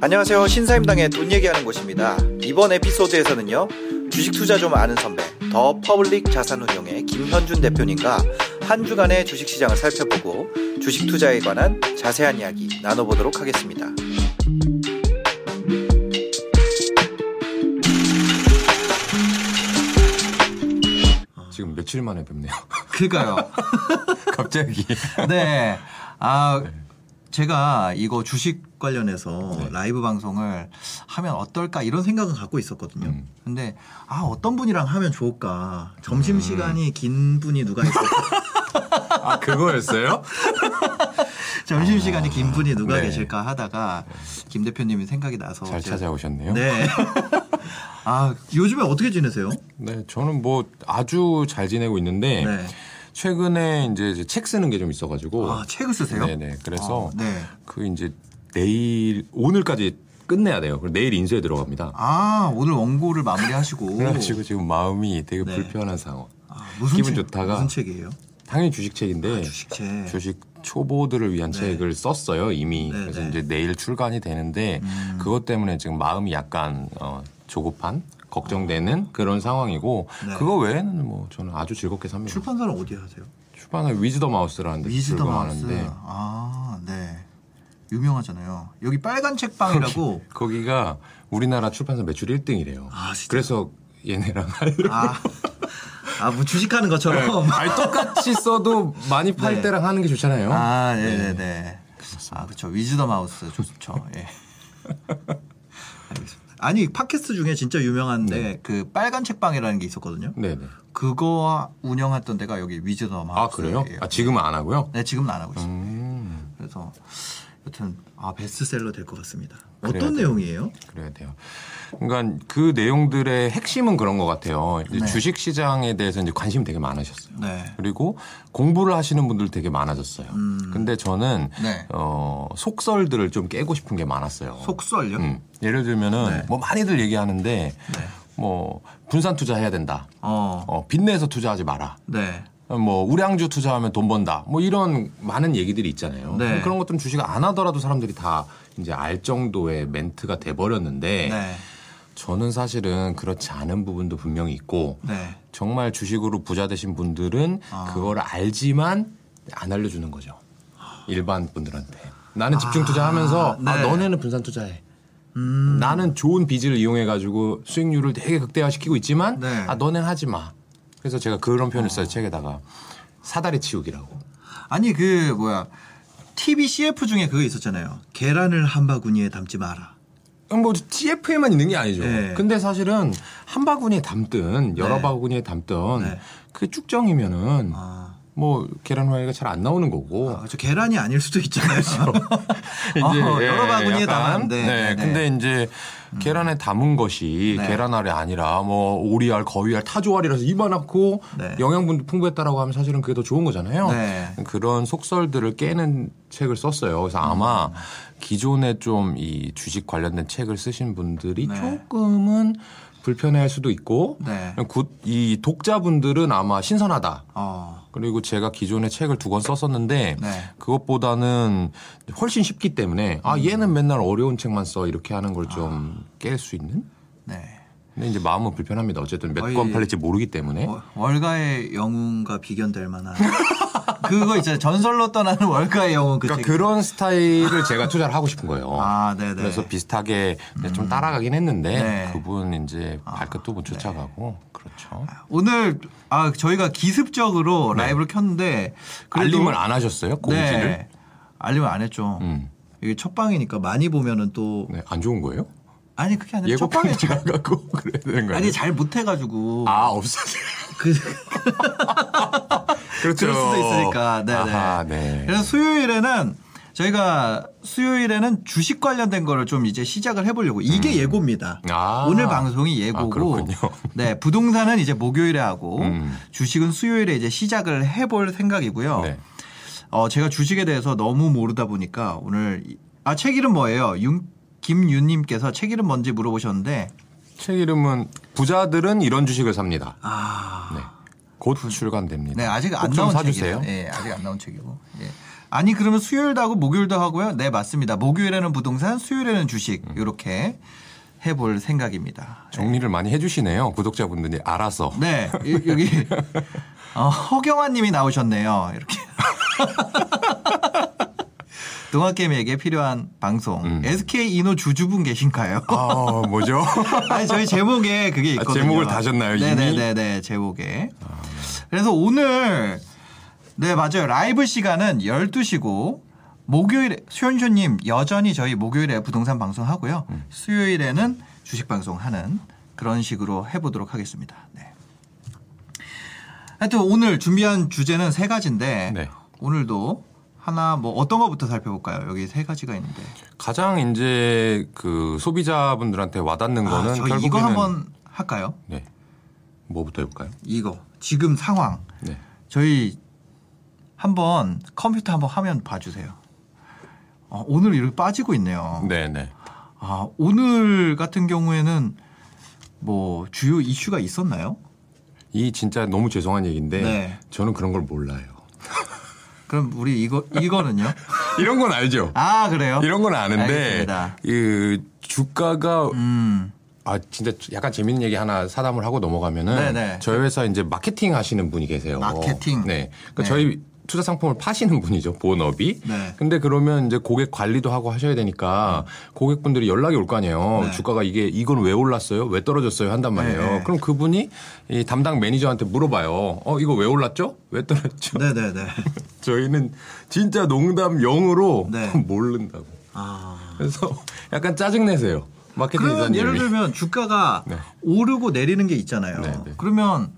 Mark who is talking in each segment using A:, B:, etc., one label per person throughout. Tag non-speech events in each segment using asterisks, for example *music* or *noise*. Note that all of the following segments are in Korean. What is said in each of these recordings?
A: 안녕하세요. 신사임당의 돈 얘기하는 곳입니다. 이번 에피소드에서는요. 주식 투자 좀 아는 선배, 더 퍼블릭 자산운용의 김현준 대표님과 한 주간의 주식 시장을 살펴보고 주식 투자에 관한 자세한 이야기 나눠보도록 하겠습니다.
B: 지금 며칠 만에 뵙네요. *laughs*
A: 그니까요.
B: 갑자기.
A: 네. 아, 제가 이거 주식 관련해서 라이브 방송을 하면 어떨까 이런 생각은 갖고 있었거든요.
B: 음.
A: 근데 아, 어떤 분이랑 하면 좋을까. 점심 시간이 긴 분이 누가 있을까.
B: 아, 그거였어요?
A: 점심 시간이 긴 분이 누가
B: 네.
A: 계실까 하다가 김 대표님이 생각이 나서
B: 잘
A: 제가-
B: 찾아오셨네요. *laughs*
A: 네. 아, 요즘에 어떻게 지내세요?
B: 네, 저는 뭐 아주 잘 지내고 있는데
A: 네.
B: 최근에 이제 이제 책 쓰는 게 좀 있어가지고.
A: 아, 책을 쓰세요?
B: 뭐, 네네. 그래서
A: 아, 네.
B: 그 이제 내일 오늘까지 끝내야 돼요. 그리고 내일 인쇄 들어갑니다.
A: 아, 오늘 원고를 마무리하시고
B: 그래가지고 지금 마음이 되게
A: 네.
B: 불편한 상황.
A: 아, 무슨
B: 기분
A: 책,
B: 좋다가. 네,
A: 무슨 책이에요?
B: 당연히 주식책인데
A: 아, 주식책.
B: 주식 초보들을 위한 책을 썼어요 이미
A: 네, 음.
B: 그래서
A: 네.
B: 이제 내일 출간이 되는데 그것 때문에 지금 마음이 약간 어, 조급한 걱정되는 그런 상황이고
A: 어. 네.
B: 그거 외에는 뭐 저는 아주 즐겁게 삽니다
A: 출판사는 어디 하세요?
B: 출판은 위즈더 마우스라는 데
A: 위즈더 마우스.
B: 네, 출간하는데
A: 아, 네. 유명하잖아요. 여기 빨간
B: *laughs*
A: 책방이라고.
B: 거기가 우리나라 출판사 매출 1등이래요
A: 아, 진짜?
B: 그래서 얘네랑 하려고
A: 아. 아, 뭐 주식하는 것처럼.
B: 아니 똑같이 써도 많이 팔
A: 네.
B: 때랑 하는 게 좋잖아요
A: 아, 네네네. 아, 그렇죠. 위즈더 마우스 좋죠.
B: *laughs*
A: 예. 알겠습니다. 아니 팟캐스트 중에 진짜 유명한데
B: 네.
A: 그 빨간 책방이라는 게 있었거든요.
B: 네네
A: 그거 운영했던 데가 여기 위즈더 마우스.
B: 아 그래요? 아 지금은 안 하고요?
A: 네, 지금은 안 하고 있습니다.
B: 음.
A: 그래서 여튼 아 베스트셀러 될 것 같습니다.
B: 그래야
A: 어떤
B: 돼요.
A: 내용이에요?
B: 그래야 돼요. 그러니까 그 내용들의 핵심은 그런 것 같아요. 이제
A: 네.
B: 주식 시장에 대해서 이제 관심이 되게 많으셨어요.
A: 네.
B: 그리고 공부를 하시는 분들 되게 많아졌어요. 근데 저는
A: 음. 네.
B: 어, 속설들을 좀 깨고 싶은 게 많았어요.
A: 속설요?
B: 음. 예를 들면은
A: 네.
B: 뭐 많이들 얘기하는데
A: 네.
B: 뭐 분산 투자해야 된다.
A: 어.
B: 어, 빚내서 투자하지 마라.
A: 네.
B: 뭐 우량주 투자하면 돈 번다. 뭐 이런 많은 얘기들이 있잖아요.
A: 네.
B: 그런 것들은 주식 안 하더라도 사람들이 다 이제 알 정도의 멘트가 돼 버렸는데
A: 네.
B: 저는 사실은 그렇지 않은 부분도 분명히 있고
A: 네.
B: 정말 주식으로 부자 되신 분들은
A: 아.
B: 그걸 알지만 안 알려주는 거죠 일반 분들한테 나는 집중 투자하면서
A: 네. 음.
B: 아 너네는 분산 투자해 나는 좋은 빚을 이용해 가지고 수익률을 되게 극대화시키고 있지만
A: 네. 아.
B: 아 너네는 하지 마 그래서 제가 그런 표현을 써요 책에다가 사다리 치우기라고
A: 아니 그 뭐야 TV CF 중에 그거 있었잖아요. 계란을 한 바구니에 담지 마라.
B: 뭐 CF에만 있는 게 아니죠.
A: 네.
B: 근데 사실은 한 바구니에 담든 여러
A: 네.
B: 바구니에 담든
A: 네.
B: 그게 쭉정이면은
A: 아.
B: 뭐 계란 후라이가 잘 안 나오는 거고.
A: 아, 저 계란이 아닐 수도
B: *laughs*
A: 있잖아요. *laughs* 어,
B: 그렇죠. 예,
A: 여러 바구니에
B: 약간,
A: 담았는데.
B: 네, 음. 근데 이제 계란에 담은 것이
A: 네.
B: 계란알이 아니라 뭐 오리알, 거위알, 타조알이라서 입안하고
A: 네.
B: 영양분도 풍부했다라고 하면 사실은 그게 더 좋은 거잖아요.
A: 네.
B: 그런 속설들을 깨는 책을 썼어요. 그래서 아마 기존에 좀 이 주식 관련된 책을 쓰신 분들이
A: 네.
B: 조금은 불편해할 수도 있고
A: 네.
B: 굿- 이 독자분들은 아마 신선하다.
A: 어.
B: 그리고 제가 기존에 책을 두 권 썼었는데
A: 네.
B: 그것보다는 훨씬 쉽기 때문에 아
A: 음.
B: 얘는 맨날 어려운 책만 써 이렇게 하는 걸 좀 깰 수 있는
A: 네.
B: 근데 이제 마음은 불편합니다 어쨌든 몇
A: 거의-
B: 권 팔릴지 모르기 때문에
A: 어, 월- 월가의 영웅과 비견될
B: *laughs*
A: 만한 그거 있잖아요. 전설로 떠나는 월가의 영웅 그
B: 그러니까
A: 책.
B: 그런 스타일을 제가 투자를 하고 싶은 거예요
A: 아, 네네. 음.
B: 그래서 비슷하게 좀 따라가긴 했는데
A: 네.
B: 그분 이제 발끝도 못 쫓아가고 그렇죠
A: 오늘 아 저희가 기습적으로 라이브를 켰는데 그래도-
B: 네. 알림을 안 하셨어요 공지를
A: 네. 알림을 안 했죠.
B: 음.
A: 이게 첫 방이니까 많이 보면은 또
B: 네, 안 좋은 거예요
A: 아니 그게 아니라 첫 방에
B: 예고편 지나가고 *laughs* 그래야 되는 거예요
A: 아니 잘 못해가지고
B: 아 없어요
A: 그
B: 그렇죠.
A: 그럴 수도 있으니까. 네네.
B: 아하, 네.
A: 예. 그래서 수요일에는 저희가 수요일에는 주식 관련된 거를 좀 이제 시작을 해보려고 이게 예고입니다.
B: 음. 아.
A: 오늘 방송이
B: 아,
A: 예고고,
B: 그렇군요. *laughs*
A: 네 부동산은 이제 목요일에 하고
B: 음.
A: 주식은 수요일에 이제 시작을 해볼 생각이고요.
B: 네.
A: 어, 제가 주식에 대해서 너무 모르다 보니까 오늘 이- 아, 책 이름 뭐예요? 윤, 김윤 님께서 책 이름 뭔지 물어보셨는데
B: 책 이름은 부자들은 이런 주식을 삽니다.
A: 아.
B: 네. 곧 출간됩니다.
A: 네, 아직 안
B: 꼭좀
A: 나온
B: 사주세요.
A: 책이에요. 예, 아직 안 나온 책이고. 예. 아니 그러면 수요일도 하고 목요일도 하고요. 네, 맞습니다. 목요일에는 부동산, 수요일에는 주식
B: 음.
A: 이렇게 해볼 생각입니다.
B: 정리를 많이 해주시네요. 구독자분들이
A: *laughs*
B: 알아서.
A: 네, 이- 여기
B: *laughs*
A: 어, 허경환님이 나오셨네요. 이렇게. 동학개미에게 필요한 방송
B: 음.
A: SK 이노 주주분 계신가요?
B: 아 뭐죠?
A: 아니 저희 제목에 그게
B: 아,
A: 있거든요.
B: 제목을 다셨나요, 이미?
A: 네네네네 제목에. 그래서 오늘 네 맞아요 라이브 시간은 12시고 목요일에 수현쇼님 여전히 저희 목요일에 부동산 방송 하고요
B: 음.
A: 수요일에는 주식 방송 하는 그런 식으로 해보도록 하겠습니다. 네. 하여튼 오늘 준비한 주제는 세 가지인데
B: 네.
A: 오늘도 하나 뭐 어떤 거부터 살펴볼까요? 여기 세 가지가 있는데
B: *laughs* 가장 이제 그 소비자분들한테 와닿는
A: 아,
B: 거는
A: 저희
B: 결국에는
A: 이거 한번 할까요?
B: 네 뭐부터 해볼까요?
A: 이거 지금 상황
B: 네
A: 저희 한번 컴퓨터 한번 화면 봐주세요. 아, 오늘 이렇게 빠지고 있네요.
B: 네네
A: 아, 오늘 같은 경우에는 뭐 주요 이슈가 있었나요?
B: 이 진짜 너무 죄송한 얘기인데
A: 네.
B: 저는 그런 걸 몰라요.
A: 그럼 우리 이거
B: *laughs*
A: 이거는요?
B: 이런 건 알죠.
A: 아 그래요?
B: 이런 건 아는데
A: 알겠습니다.
B: 이 주가가
A: 음,
B: 아 진짜 약간 재밌는 얘기 하나 사담을 하고 넘어가면은
A: 네네.
B: 저희 회사 이제 마케팅 하시는 분이 계세요.
A: 마케팅.
B: 네. 그러니까
A: 네.
B: 저희 투자 상품을 파시는 분이죠 본업이.
A: 네.
B: 근데 그러면 이제 고객 관리도 하고 하셔야 되니까 고객분들이 연락이 올 거 아니에요.
A: 네.
B: 주가가 이게 이건 왜 올랐어요? 왜 떨어졌어요? 한단 말이에요.
A: 네, 네.
B: 그럼 그분이 이 담당 매니저한테 물어봐요. 어 이거 왜 올랐죠? 왜
A: *laughs*
B: 떨어졌죠? *laughs*
A: 네네네.
B: 저희는 진짜 농담 영으로
A: 네.
B: *laughs* 모른다고.
A: 아
B: 그래서 약간 짜증 내세요. 마케팅
A: 그러면
B: 이사님이.
A: 예를 들면 주가가
B: 네.
A: 오르고 내리는 게 있잖아요.
B: 네, 네.
A: 그러면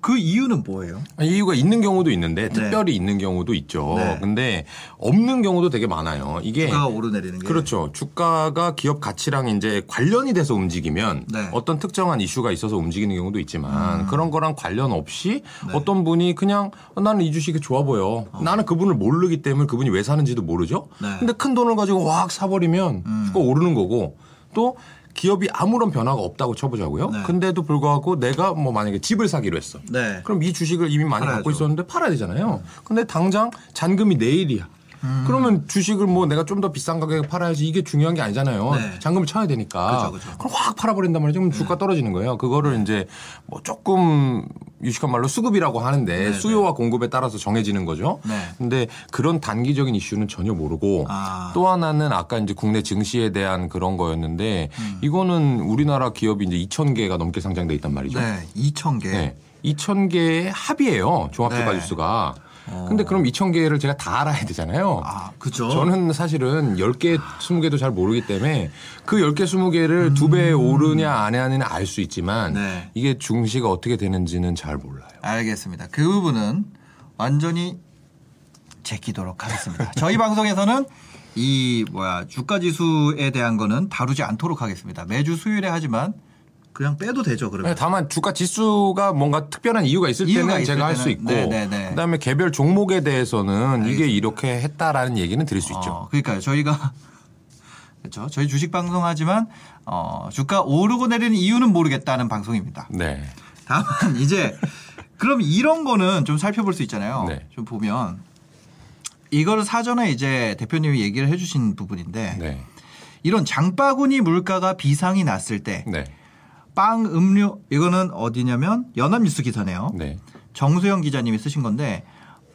A: 그 이유는 뭐예요?
B: 이유가 있는 경우도
A: 네.
B: 있는데 특별히 있는 경우도 있죠.
A: 네.
B: 근데 없는 경우도 되게 많아요. 이게
A: 주가가 오르내리는 게
B: 예. 그렇죠. 주가가 기업 가치랑 이제 관련이 돼서 움직이면
A: 네. 음.
B: 어떤 특정한 이슈가 있어서 움직이는 경우도 있지만 그런 거랑 관련 없이
A: 네.
B: 어떤 분이 그냥 어, 나는 이 주식이 좋아 보여. 나는 그분을 모르기 때문에 그분이 왜 사는지도 모르죠.
A: 어. 네. 음.
B: 근데 큰 돈을 가지고 확 사버리면 주가 오르는 거고 또 기업이 아무런 변화가 없다고 쳐보자고요.
A: 네.
B: 근데도 불구하고 내가 뭐 만약에 집을 사기로 했어.
A: 네.
B: 그럼 이 주식을 이미 많이
A: 팔아야죠.
B: 갖고 있었는데 팔아야 되잖아요. 근데 당장 잔금이 내일이야.
A: 음.
B: 그러면 주식을 뭐 내가 좀 더 비싼 가격에 팔아야지 이게 중요한 게 아니잖아요.
A: 네.
B: 잔금을 쳐야 되니까.
A: 그죠, 그죠. 네.
B: 럼확 팔아버린단 말이죠. 그럼 주가 떨어지는 거예요. 그거를 이제 뭐 조금 유식한 말로 수급이라고 하는데 수요와 공급에 따라서 정해지는 거죠.
A: 네.
B: 근데 그런 단기적인 이슈는 전혀 모르고
A: 아.
B: 또 하나는 아까 이제 국내 증시에 대한 그런 거였는데
A: 음.
B: 이거는 우리나라 기업이 이제 2,000개가 넘게 상장돼 있단 말이죠.
A: 네, 2천 개.
B: 네. 2,000개의 합이에요. 종합주가
A: 네.
B: 주수가. 근데 그럼 2,000개를 제가 다 알아야 되잖아요.
A: 아, 그죠.
B: 저는 사실은 10개, 20개도 잘 모르기 때문에 그 10개, 20개를 두 배 오르냐 안 하느냐는 알 수 있지만
A: 음. 네.
B: 이게 중시가 어떻게 되는지는 잘 몰라요.
A: 알겠습니다. 그 부분은 완전히 제끼도록 하겠습니다.
B: *laughs*
A: 저희 방송에서는 이 뭐야 주가 지수에 대한 거는 다루지 않도록 하겠습니다. 매주 수요일에 하지만 그냥 빼도 되죠 그러면.
B: 네, 다만 주가 지수가 뭔가 특별한 이유가 있을
A: 이유가
B: 때는
A: 있을
B: 제가 할
A: 때는.
B: 수 있고
A: 네, 네, 네.
B: 그다음에 개별 종목에 대해서는 이게 이렇게 했다라는 얘기는 드릴 네, 수 있죠.
A: 어, 그러니까요. 저희가 *laughs* 그렇죠. 저희 주식 방송 하지만 어, 주가 오르고 내리는 이유는 모르겠다는 방송입니다.
B: 네.
A: 다만 *laughs* 이제 그럼 이런 거는 좀 살펴볼 수 있잖아요.
B: 네.
A: 좀 보면 이거를 사전에 이제 대표님이 얘기를 해주신 부분인데
B: 네.
A: 이런 장바구니 물가가 비상이 났을 때 빵
B: 네.
A: 음료 이거는 어디냐면 연합뉴스 기사네요.
B: 네.
A: 정수영 기자님이 쓰신 건데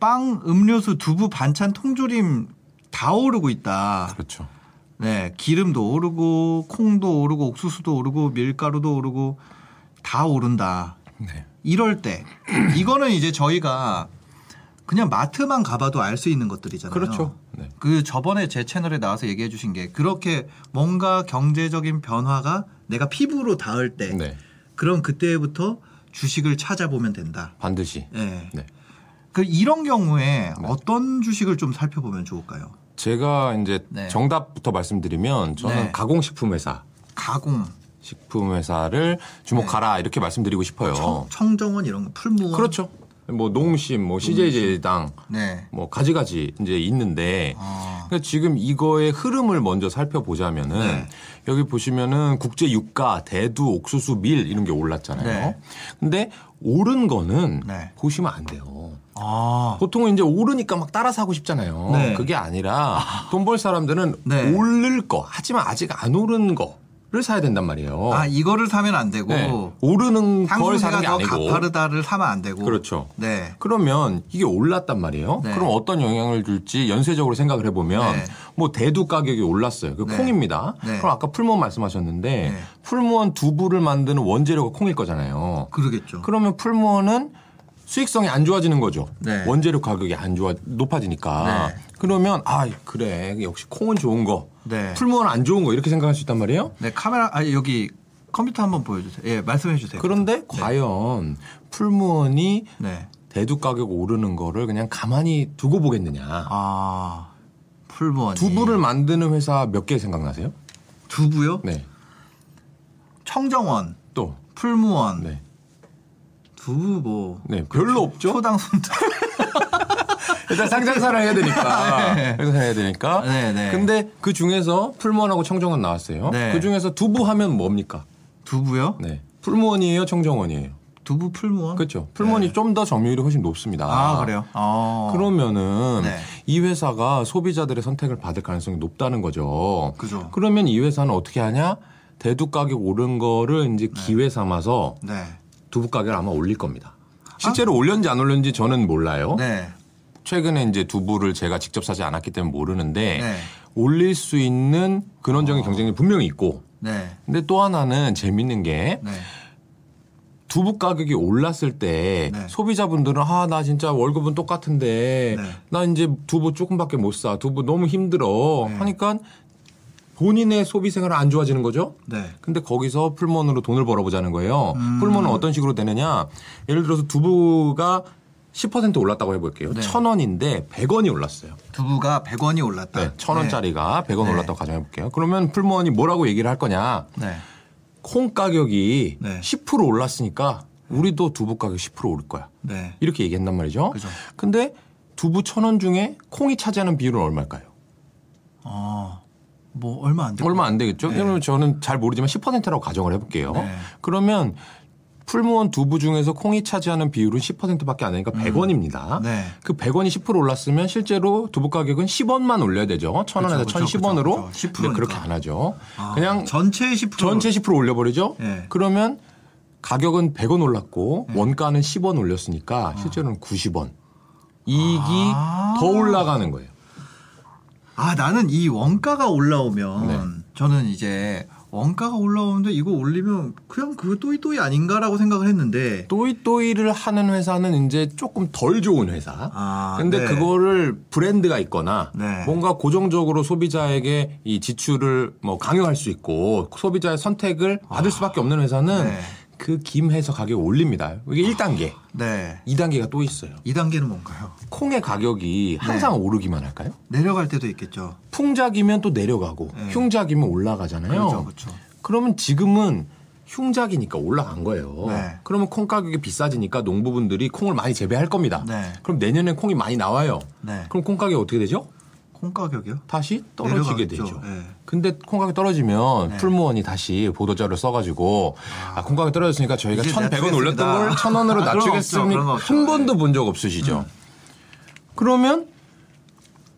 A: 빵 음료수 두부 반찬 통조림 다 오르고 있다.
B: 그렇죠.
A: 네, 기름도 오르고 콩도 오르고 옥수수도 오르고 밀가루도 오르고 다 오른다.
B: 네.
A: 이럴 때 *clears throat* 이거는 이제 저희가 그냥 마트만 가봐도 알 수 있는 것들이잖아요.
B: 그렇죠. 네.
A: 그 저번에 제 채널에 나와서 얘기해 주신 게 그렇게 뭔가 경제적인 변화가 내가 피부로 닿을 때
B: 네.
A: 그럼 그때부터 주식을 찾아보면 된다.
B: 반드시.
A: 예.
B: 네.
A: 그 이런 경우에 어떤 주식을 좀 살펴보면 좋을까요?
B: 제가 이제
A: 네.
B: 정답부터 말씀드리면 저는
A: 네.
B: 가공식품 회사,
A: 가공,
B: 어.
A: 네.
B: 식품 회사를 주목하라 이렇게 말씀드리고 싶어요.
A: 청, 청정원 이런 거, 풀무원
B: 그렇죠. 뭐 농심, 뭐 CJ제당
A: 네.
B: 뭐 가지가지 이제 있는데
A: 어.
B: 그러니까 지금 이거의 흐름을 먼저 살펴보자면은
A: 네.
B: 여기 보시면은 국제 유가, 대두, 옥수수, 밀 이런 게 올랐잖아요.
A: 네.
B: 근데 오른 거는
A: 네.
B: 보시면 안 돼요.
A: 아.
B: 보통은 이제 오르니까 막 따라 사고 싶잖아요.
A: 네.
B: 그게 아니라 돈 벌 사람들은
A: 네.
B: 오를 거 하지만 아직 안 오른 거를 사야 된단 말이에요.
A: 아, 이거를 사면 안 되고
B: 네. 오르는 걸
A: 상승세가
B: 사는 게
A: 더
B: 아니고
A: 가파르다를 사면 안 되고.
B: 그렇죠.
A: 네.
B: 그러면 이게 올랐단 말이에요.
A: 네.
B: 그럼 어떤 영향을 줄지 연쇄적으로 생각을 해보면
A: 네.
B: 뭐 대두 가격이 올랐어요. 그
A: 네.
B: 콩입니다.
A: 네.
B: 그럼 아까 풀무원 말씀하셨는데
A: 네.
B: 풀무원 두부를 만드는 원재료가 콩일 거잖아요.
A: 그러겠죠.
B: 그러면 풀무원은 수익성이 안 좋아지는 거죠.
A: 네.
B: 원재료 가격이 안 좋아 높아지니까.
A: 네.
B: 그러면 아 그래 역시 콩은 좋은 거,
A: 네.
B: 풀무원 안 좋은 거 이렇게 생각할 수 있단 말이에요.
A: 네, 카메라 아 여기 컴퓨터 한번 보여 주세요. 예, 말씀해 주세요.
B: 그런데 과연 풀무원이
A: 네.
B: 대두 가격 오르는 거를 그냥 가만히 두고 보겠느냐.
A: 아. 네. 풀무원. 예.
B: 두부를 만드는 회사 몇 개 생각나세요?
A: 두부요?
B: 네.
A: 청정원,
B: 또.
A: 풀무원.
B: 네.
A: 두부 뭐
B: 네. 별로 없죠?
A: 초당 순대. *laughs*
B: 일단 상장사를 해야
A: *laughs*
B: 되니까. 상장사를 해야 되니까.
A: 네, 네.
B: 근데 그 중에서 풀무원하고 청정원 나왔어요.
A: 네.
B: 그 중에서 두부 하면 뭡니까?
A: 두부요?
B: 네. 풀무원이에요, 청정원이에요.
A: 두부 풀무원?
B: 그렇죠. 풀무원이 좀 더 점유율이 훨씬 높습니다.
A: 네. 아, 그래요. 아.
B: 그러면은
A: 네.
B: 이 회사가 소비자들의 선택을 받을 가능성이 높다는 거죠.
A: 그죠.
B: 러면이 회사는 어떻게 하냐? 대두 가격 오른 거를 이제 기회 삼아서
A: 네.
B: 두부 가격을 아마 올릴 겁니다. 실제로 올렸는지 안 올렸는지 저는 몰라요.
A: 네.
B: 최근에 이제 두부를 제가 직접 사지 않았기 때문에 모르는데
A: 네. 아.
B: 올릴 수 있는 근원적인 경쟁이 분명히 있고
A: 네.
B: 근데 또 하나는 재밌는 게
A: 네.
B: 두부 가격이 올랐을 때
A: 네.
B: 소비자분들은 아 나 진짜 월급은 똑같은데
A: 네.
B: 나 이제 두부 조금밖에 못 사. 두부 너무 힘들어.
A: 네.
B: 하니까 본인의 소비 생활은 안 좋아지는 거죠.
A: 네.
B: 근데 거기서 풀몬으로 돈을 벌어보자는 거예요.
A: 음.
B: 풀몬은 어떤 식으로 되느냐? 예를 들어서 두부가 10% 올랐다고 해볼게요.
A: 네.
B: 1,000원인데 100원이 올랐어요.
A: 두부가 100원이 올랐다.
B: 네, 1,000원짜리가 100원
A: 아, 네.
B: 올랐다고 가정해볼게요. 그러면 풀몬이 뭐라고 얘기를 할 거냐?
A: 네.
B: 콩 가격이
A: 네.
B: 10% 올랐으니까 우리도 두부 가격 10% 오를 거야.
A: 네.
B: 이렇게 얘기한단 말이죠.
A: 그죠.
B: 근데 두부 1,000원 중에 콩이 차지하는 비율은 얼마일까요?
A: 어. 뭐 얼마 안 돼.
B: 얼마 안 되겠죠? 왜냐면 저는 잘 모르지만 10%라고 가정을 해볼게요.
A: 네.
B: 그러면 풀무원 두부 중에서 콩이 차지하는 비율은 10%밖에 안 되니까 100원입니다.
A: 음. 네.
B: 그 100원이 10% 올랐으면 실제로 두부 가격은 10원만 올려야 되죠. 1,000원에서
A: 그쵸, 그쵸,
B: 1,010원으로.
A: 그쵸, 그쵸.
B: 근데 그렇게
A: 10%니까.
B: 안 하죠.
A: 아,
B: 그냥
A: 전체 10%.
B: 전체 10% 올려버리죠?
A: 네.
B: 그러면 가격은 100원 올랐고
A: 예.
B: 원가는 10원 올렸으니까 실제로는 90원. 이익이
A: 아.
B: 더 올라가는 거예요.
A: 아, 나는 이 원가가 올라오면
B: 네.
A: 저는 이제 원가가 올라오는데 이거 올리면 그냥 그 또이또이 아닌가라고 생각을 했는데
B: 또이또이를 하는 회사는 이제 조금 덜 좋은 회사.
A: 아,
B: 근데
A: 네.
B: 그거를 브랜드가 있거나
A: 네.
B: 뭔가 고정적으로 소비자에게 이 지출을 뭐 강요할 수 있고 소비자의 선택을 받을 수밖에 없는 회사는
A: 아. 네.
B: 그 김해서 가격 올립니다. 이게 1단계.
A: 네.
B: 2단계가 또 있어요.
A: 이단계는 뭔가요?
B: 콩의 가격이 항상
A: 네.
B: 오르기만 할까요?
A: 내려갈 때도 있겠죠.
B: 풍작이면 또 내려가고
A: 네.
B: 흉작이면 올라가잖아요.
A: 그렇죠. 그렇죠.
B: 그러면 지금은 흉작이니까 올라간 거예요.
A: 네.
B: 그러면 콩 가격이 비싸지니까 농부분들이 콩을 많이 재배할 겁니다.
A: 네.
B: 그럼 내년에 콩이 많이 나와요.
A: 네.
B: 그럼 콩 가격이 어떻게 되죠?
A: 콩 가격이요?
B: 다시 떨어지게
A: 내려가겠죠.
B: 되죠.
A: 네.
B: 근데 콩 가격 떨어지면
A: 네.
B: 풀무원이 다시 보도자료 를 써가지고 아, 콩 가격 떨어졌으니까 저희가
A: 이제
B: 1,100원 올렸던
A: 낮추겠습니다.
B: 걸
A: 아, 그런 거 없죠.
B: 1,000원으로
A: 그런 거
B: 낮추겠습니까?
A: 없죠. 음.
B: 한 번도 본 적 없으시죠? 그러면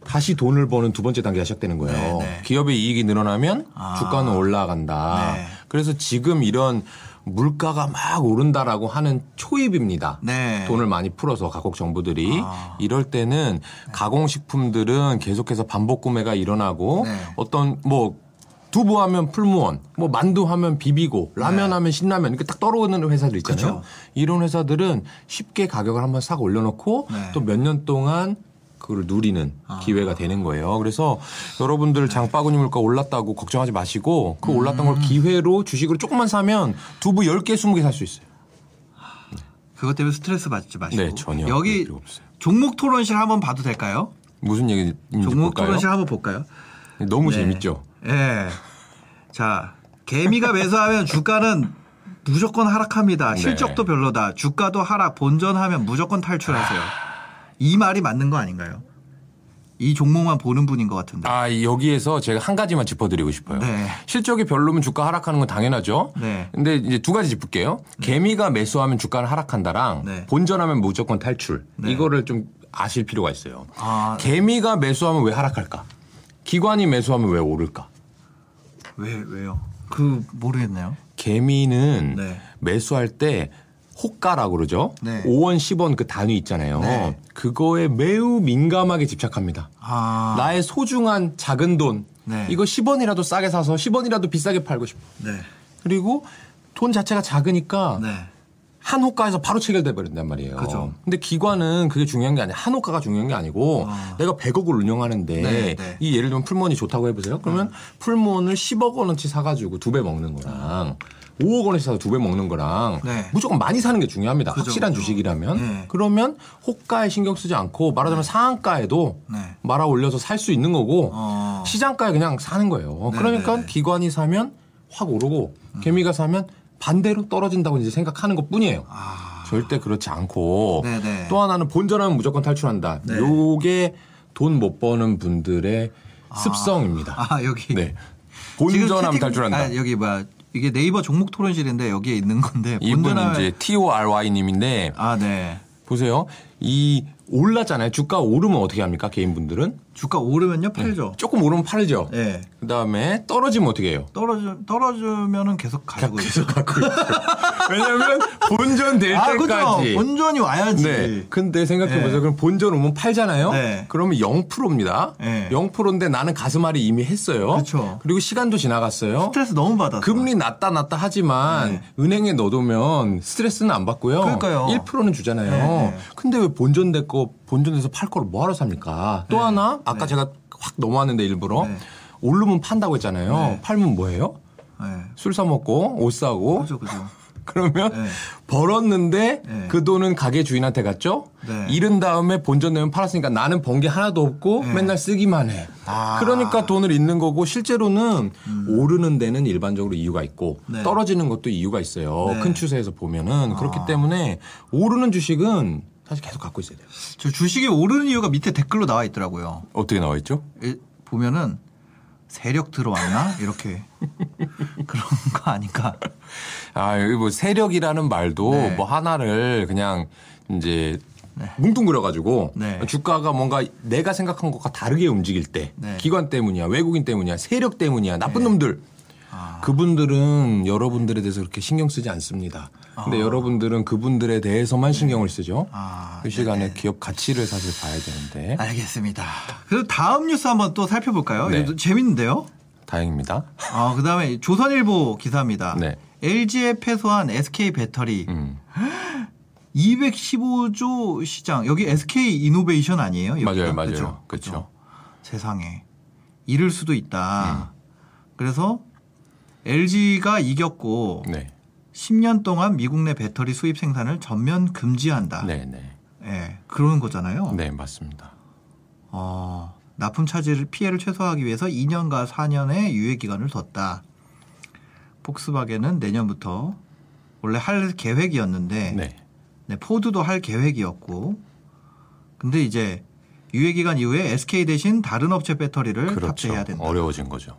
B: 다시 돈을 버는 두 번째 단계가 시작되는 거예요.
A: 네, 네.
B: 기업의 이익이 늘어나면
A: 아.
B: 주가는 올라간다.
A: 네.
B: 그래서 지금 이런 물가가 막 오른다라고 하는 초입입니다.
A: 네.
B: 돈을 많이 풀어서 각국 정부들이
A: 아. 네.
B: 이럴 때는 가공식품들은 계속해서 반복 구매가 일어나고
A: 네.
B: 어떤 뭐 두부하면 풀무원, 뭐 만두하면 비비고 라면하면 신라면 이렇게 딱 떨어오는 회사들 있잖아요.
A: 네. 그쵸.
B: 이런 회사들은 쉽게 가격을 한번 싹 올려놓고
A: 네. 아.
B: 또 몇 년 동안 그걸 누리는 기회가 되는 거예요. 그래서
A: 네.
B: 여러분들 장바구니 물가 올랐다고 걱정하지 마시고 그 올랐던
A: 음.
B: 걸 기회로 주식으로 조금만 사면 두부 10개, 20개 살 수 있어요.
A: 그것 때문에 스트레스 받지 마시고.
B: 네, 전혀 그럴
A: 여기
B: 필요 없어요.
A: 종목 토론실 한번 봐도 될까요?
B: 무슨 얘기인지
A: 종목
B: 볼까요?
A: 토론실 한번 볼까요? 네.
B: 너무 재밌죠.
A: 예. 자, 개미가 매수하면 주가는 무조건 하락합니다.
B: 네.
A: 실적도 별로다. 주가도 하락. 본전하면 무조건 탈출하세요. 이 말이 맞는 거 아닌가요? 이 종목만 보는 분인 것 같은데.
B: 아, 여기에서 제가 한 가지만 짚어드리고 싶어요.
A: 네.
B: 실적이 별로면 주가 하락하는 건 당연하죠.
A: 네.
B: 근데 이제 두 가지 짚을게요. 개미가 매수하면 주가는 하락한다랑
A: 네.
B: 본전하면 무조건 탈출.
A: 네.
B: 이거를 좀 아실 필요가 있어요.
A: 아.
B: 개미가 매수하면 왜 하락할까? 기관이 매수하면 왜 오를까?
A: 왜 왜요? 그 모르겠네요.
B: 개미는
A: 네.
B: 매수할 때 호가라고 그러죠.
A: 네.
B: 5원, 10원 그 단위 있잖아요.
A: 네.
B: 그거에 매우 민감하게 집착합니다.
A: 아,
B: 나의 소중한 작은 돈.
A: 네.
B: 이거 10원이라도 싸게 사서 10원이라도 비싸게 팔고 싶어.
A: 네,
B: 그리고 돈 자체가 작으니까
A: 네,
B: 한 호가에서 바로 체결돼 버린단 말이에요.
A: 그죠.
B: 근데 기관은 그게 중요한 게 아니야. 한 호가가 중요한 게 아니고
A: 아.
B: 내가 100억을 운영하는데
A: 네, 네.
B: 이 예를 들면 풀몬이 좋다고 해보세요. 그러면 풀몬을 10억 원어치 사가지고 두 배 먹는 거랑 5억 원어치 사서 두 배 먹는 거랑
A: 네.
B: 무조건 많이 사는 게 중요합니다.
A: 그죠,
B: 확실한
A: 그죠.
B: 주식이라면
A: 네.
B: 그러면 호가에 신경 쓰지 않고 말하자면 상한가에도
A: 네.
B: 말아 올려서 살 수 있는 거고
A: 어.
B: 시장가에 그냥 사는 거예요.
A: 네, 음.
B: 그러니까
A: 네, 네.
B: 기관이 사면 확 오르고 개미가 사면 반대로 떨어진다고 이제 생각하는 것 뿐이에요.
A: 아,
B: 절대 그렇지 않고
A: 네, 네.
B: 또 하나는 본전하면 무조건 탈출한다.
A: 네.
B: 요게 돈 못 버는 분들의 습성입니다.
A: 아 여기
B: 네.
A: 지금
B: 본전하면
A: 채팅-
B: 탈출한다.
A: 아, 여기 뭐야? 이게 네이버 종목 토론실인데 여기에 있는 건데
B: 이분
A: 본전하면-
B: 이제 T O R Y 님인데
A: 아, 네.
B: 보세요. 이 올랐잖아요. 주가 오르면 어떻게 합니까? 개인분들은
A: 주가 오르면요 팔죠.
B: 조금 오르면 팔죠.
A: 예.
B: 그다음에 떨어지면 어떻게 해요?
A: 떨어져 떨어지면은 계속 가지고
B: 계속 갖고 있죠. 왜냐면 본전 될
A: 아, 그죠.
B: 때까지.
A: 본전이 와야지.
B: 네. 근데 생각해보세요.
A: 네.
B: 그럼 본전 오면 팔잖아요.
A: 네.
B: 그러면 0%입니다.
A: 네.
B: 0%인데 나는 가슴앓이 이미 했어요.
A: 그쵸.
B: 리고 시간도 지나갔어요.
A: 스트레스 너무 받았어.
B: 금리 낮다 낮다 하지만 은행에 넣어두면 스트레스는 안 받고요.
A: 그러니까요.
B: 1%는 주잖아요.
A: 네, 네.
B: 근데 왜 본전 될 거, 본전에서 팔 거를 뭐하러 삽니까? 또 하나, 아까 제가 확 넘어왔는데 일부러
A: 네.
B: 오르면 판다고 했잖아요.
A: 네.
B: 팔면 뭐예요?
A: 네.
B: 술 사 먹고 옷 사고
A: 그죠, 그죠.
B: 그러면
A: 네.
B: 벌었는데
A: 네.
B: 그 돈은 가게 주인한테 갔죠.
A: 네.
B: 잃은 다음에 본전 내면 팔았으니까 나는 번 게 하나도 없고
A: 네.
B: 맨날 쓰기만 해.
A: 아. 음.
B: 그러니까 돈을 잃는 거고 실제로는 오르는 데는 일반적으로 이유가 있고
A: 네.
B: 떨어지는 것도 이유가 있어요.
A: 네. 아.
B: 큰 추세에서 보면은 그렇기 때문에 오르는 주식은 사실 계속 갖고 있어야 돼요.
A: 저 주식이 오르는 이유가 밑에 댓글로 나와 있더라고요.
B: 어떻게 나와 있죠?
A: 이- 보면은 세력 들어왔나 이렇게 *laughs* 그런 거 아닌가.
B: 아, 여기 뭐 세력이라는 말도
A: 네.
B: 뭐 하나를 그냥 이제 뭉뚱그려가지고
A: 네.
B: 주가가 뭔가 내가 생각한 것과 다르게 움직일 때
A: 네.
B: 기관 때문이야, 외국인 때문이야, 세력 때문이야, 나쁜
A: 네.
B: 놈들.
A: 아.
B: 그분들은 여러분들에 대해서 그렇게 신경 쓰지 않습니다. 근데 여러분들은 그분들에 대해서만 신경을 쓰죠.
A: 네. 아,
B: 그 시간에 기업 가치를 사실 봐야 되는데
A: 알겠습니다. 그래서 다음 뉴스 한번 또 살펴볼까요?
B: 네.
A: 이거 재밌는데요.
B: 다행입니다.
A: 아 그다음에 조선일보 기사입니다.
B: 네.
A: LG에 패소한 SK 배터리
B: 음,
A: 215조 시장 여기 SK 이노베이션 아니에요? 여기가?
B: 맞아요, 맞아요.
A: 그죠?
B: 그쵸.
A: 그죠? 세상에 이를 수도
B: 음.
A: 있다. 그래서 LG가 이겼고
B: 네,
A: 10년 동안 미국 내 배터리 수입 생산을 전면 금지한다.
B: 네, 네,
A: 예, 그러는 거잖아요.
B: 네, 맞습니다.
A: 어, 납품 차질 피해를 최소화하기 위해서 2년과 4년의 유예 기간을 뒀다. 폭스바겐은 내년부터 원래 할 계획이었는데
B: 네,
A: 네, 포드도 할 계획이었고 근데 이제 유예 기간 이후에 SK 대신 다른 업체 배터리를
B: 그렇죠.
A: 네. 탑재해야 된다.
B: 어려워진 거죠.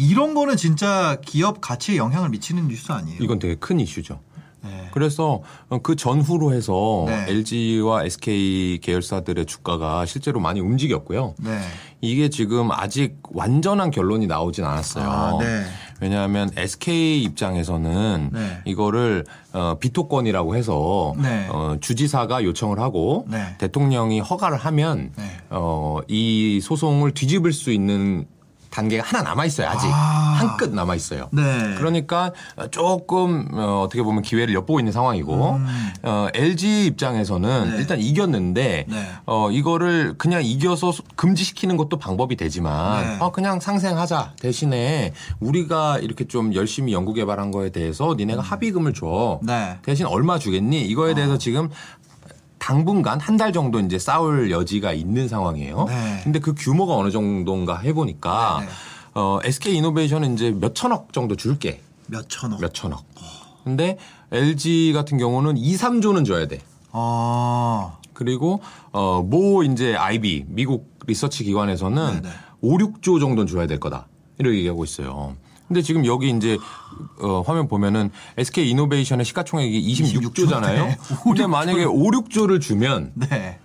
A: 이런 거는 진짜 기업 가치에 영향을 미치는 뉴스 아니에요?
B: 이건 되게 큰 이슈죠.
A: 네.
B: 그래서 그 전후로 해서
A: 네.
B: LG와 SK 계열사들의 주가가 실제로 많이 움직였고요.
A: 네.
B: 이게 지금 아직 완전한 결론이 나오진 않았어요.
A: 아, 네.
B: 왜냐하면 SK 입장에서는
A: 네.
B: 이거를 어, 비토권이라고 해서
A: 네.
B: 어, 주지사가 요청을 하고
A: 네.
B: 대통령이 허가를 하면
A: 네.
B: 어, 이 소송을 뒤집을 수 있는 단계가 하나 남아 있어요. 아직
A: 아.
B: 한 끗 남아 있어요.
A: 네.
B: 그러니까 조금 어, 어떻게 보면 기회를 엿보고 있는 상황이고
A: 음.
B: 어, LG 입장에서는
A: 네.
B: 일단 이겼는데
A: 네.
B: 어, 이거를 그냥 이겨서 소- 금지시키는 것도 방법이 되지만
A: 네.
B: 어, 그냥 상생하자 대신에 우리가 이렇게 좀 열심히 연구 개발한 거에 대해서
A: 음.
B: 니네가 합의금을 줘
A: 네.
B: 그 대신 얼마 주겠니
A: 어.
B: 이거에 대해서 지금 당분간 한 달 정도 이제 싸울 여지가 있는 상황이에요.
A: 네.
B: 근데 그 규모가 어느 정도인가 해보니까
A: 네, 네.
B: 어, SK 이노베이션은 이제 몇 천억 정도 줄게.
A: 몇 천억.
B: 몇 천억. 근데 LG 같은 경우는 2, 3조는 줘야 돼.
A: 아,
B: 그리고 어모 이제 IB 미국 리서치 기관에서는
A: 네네.
B: 5, 6조 정도는 줘야 될 거다. 이렇게 얘기하고 있어요. 근데 지금 여기 이제 어, 화면 보면은 SK 이노베이션의 시가총액이 26조잖아요. 근데 만약에 5, 6조를 주면
A: 네.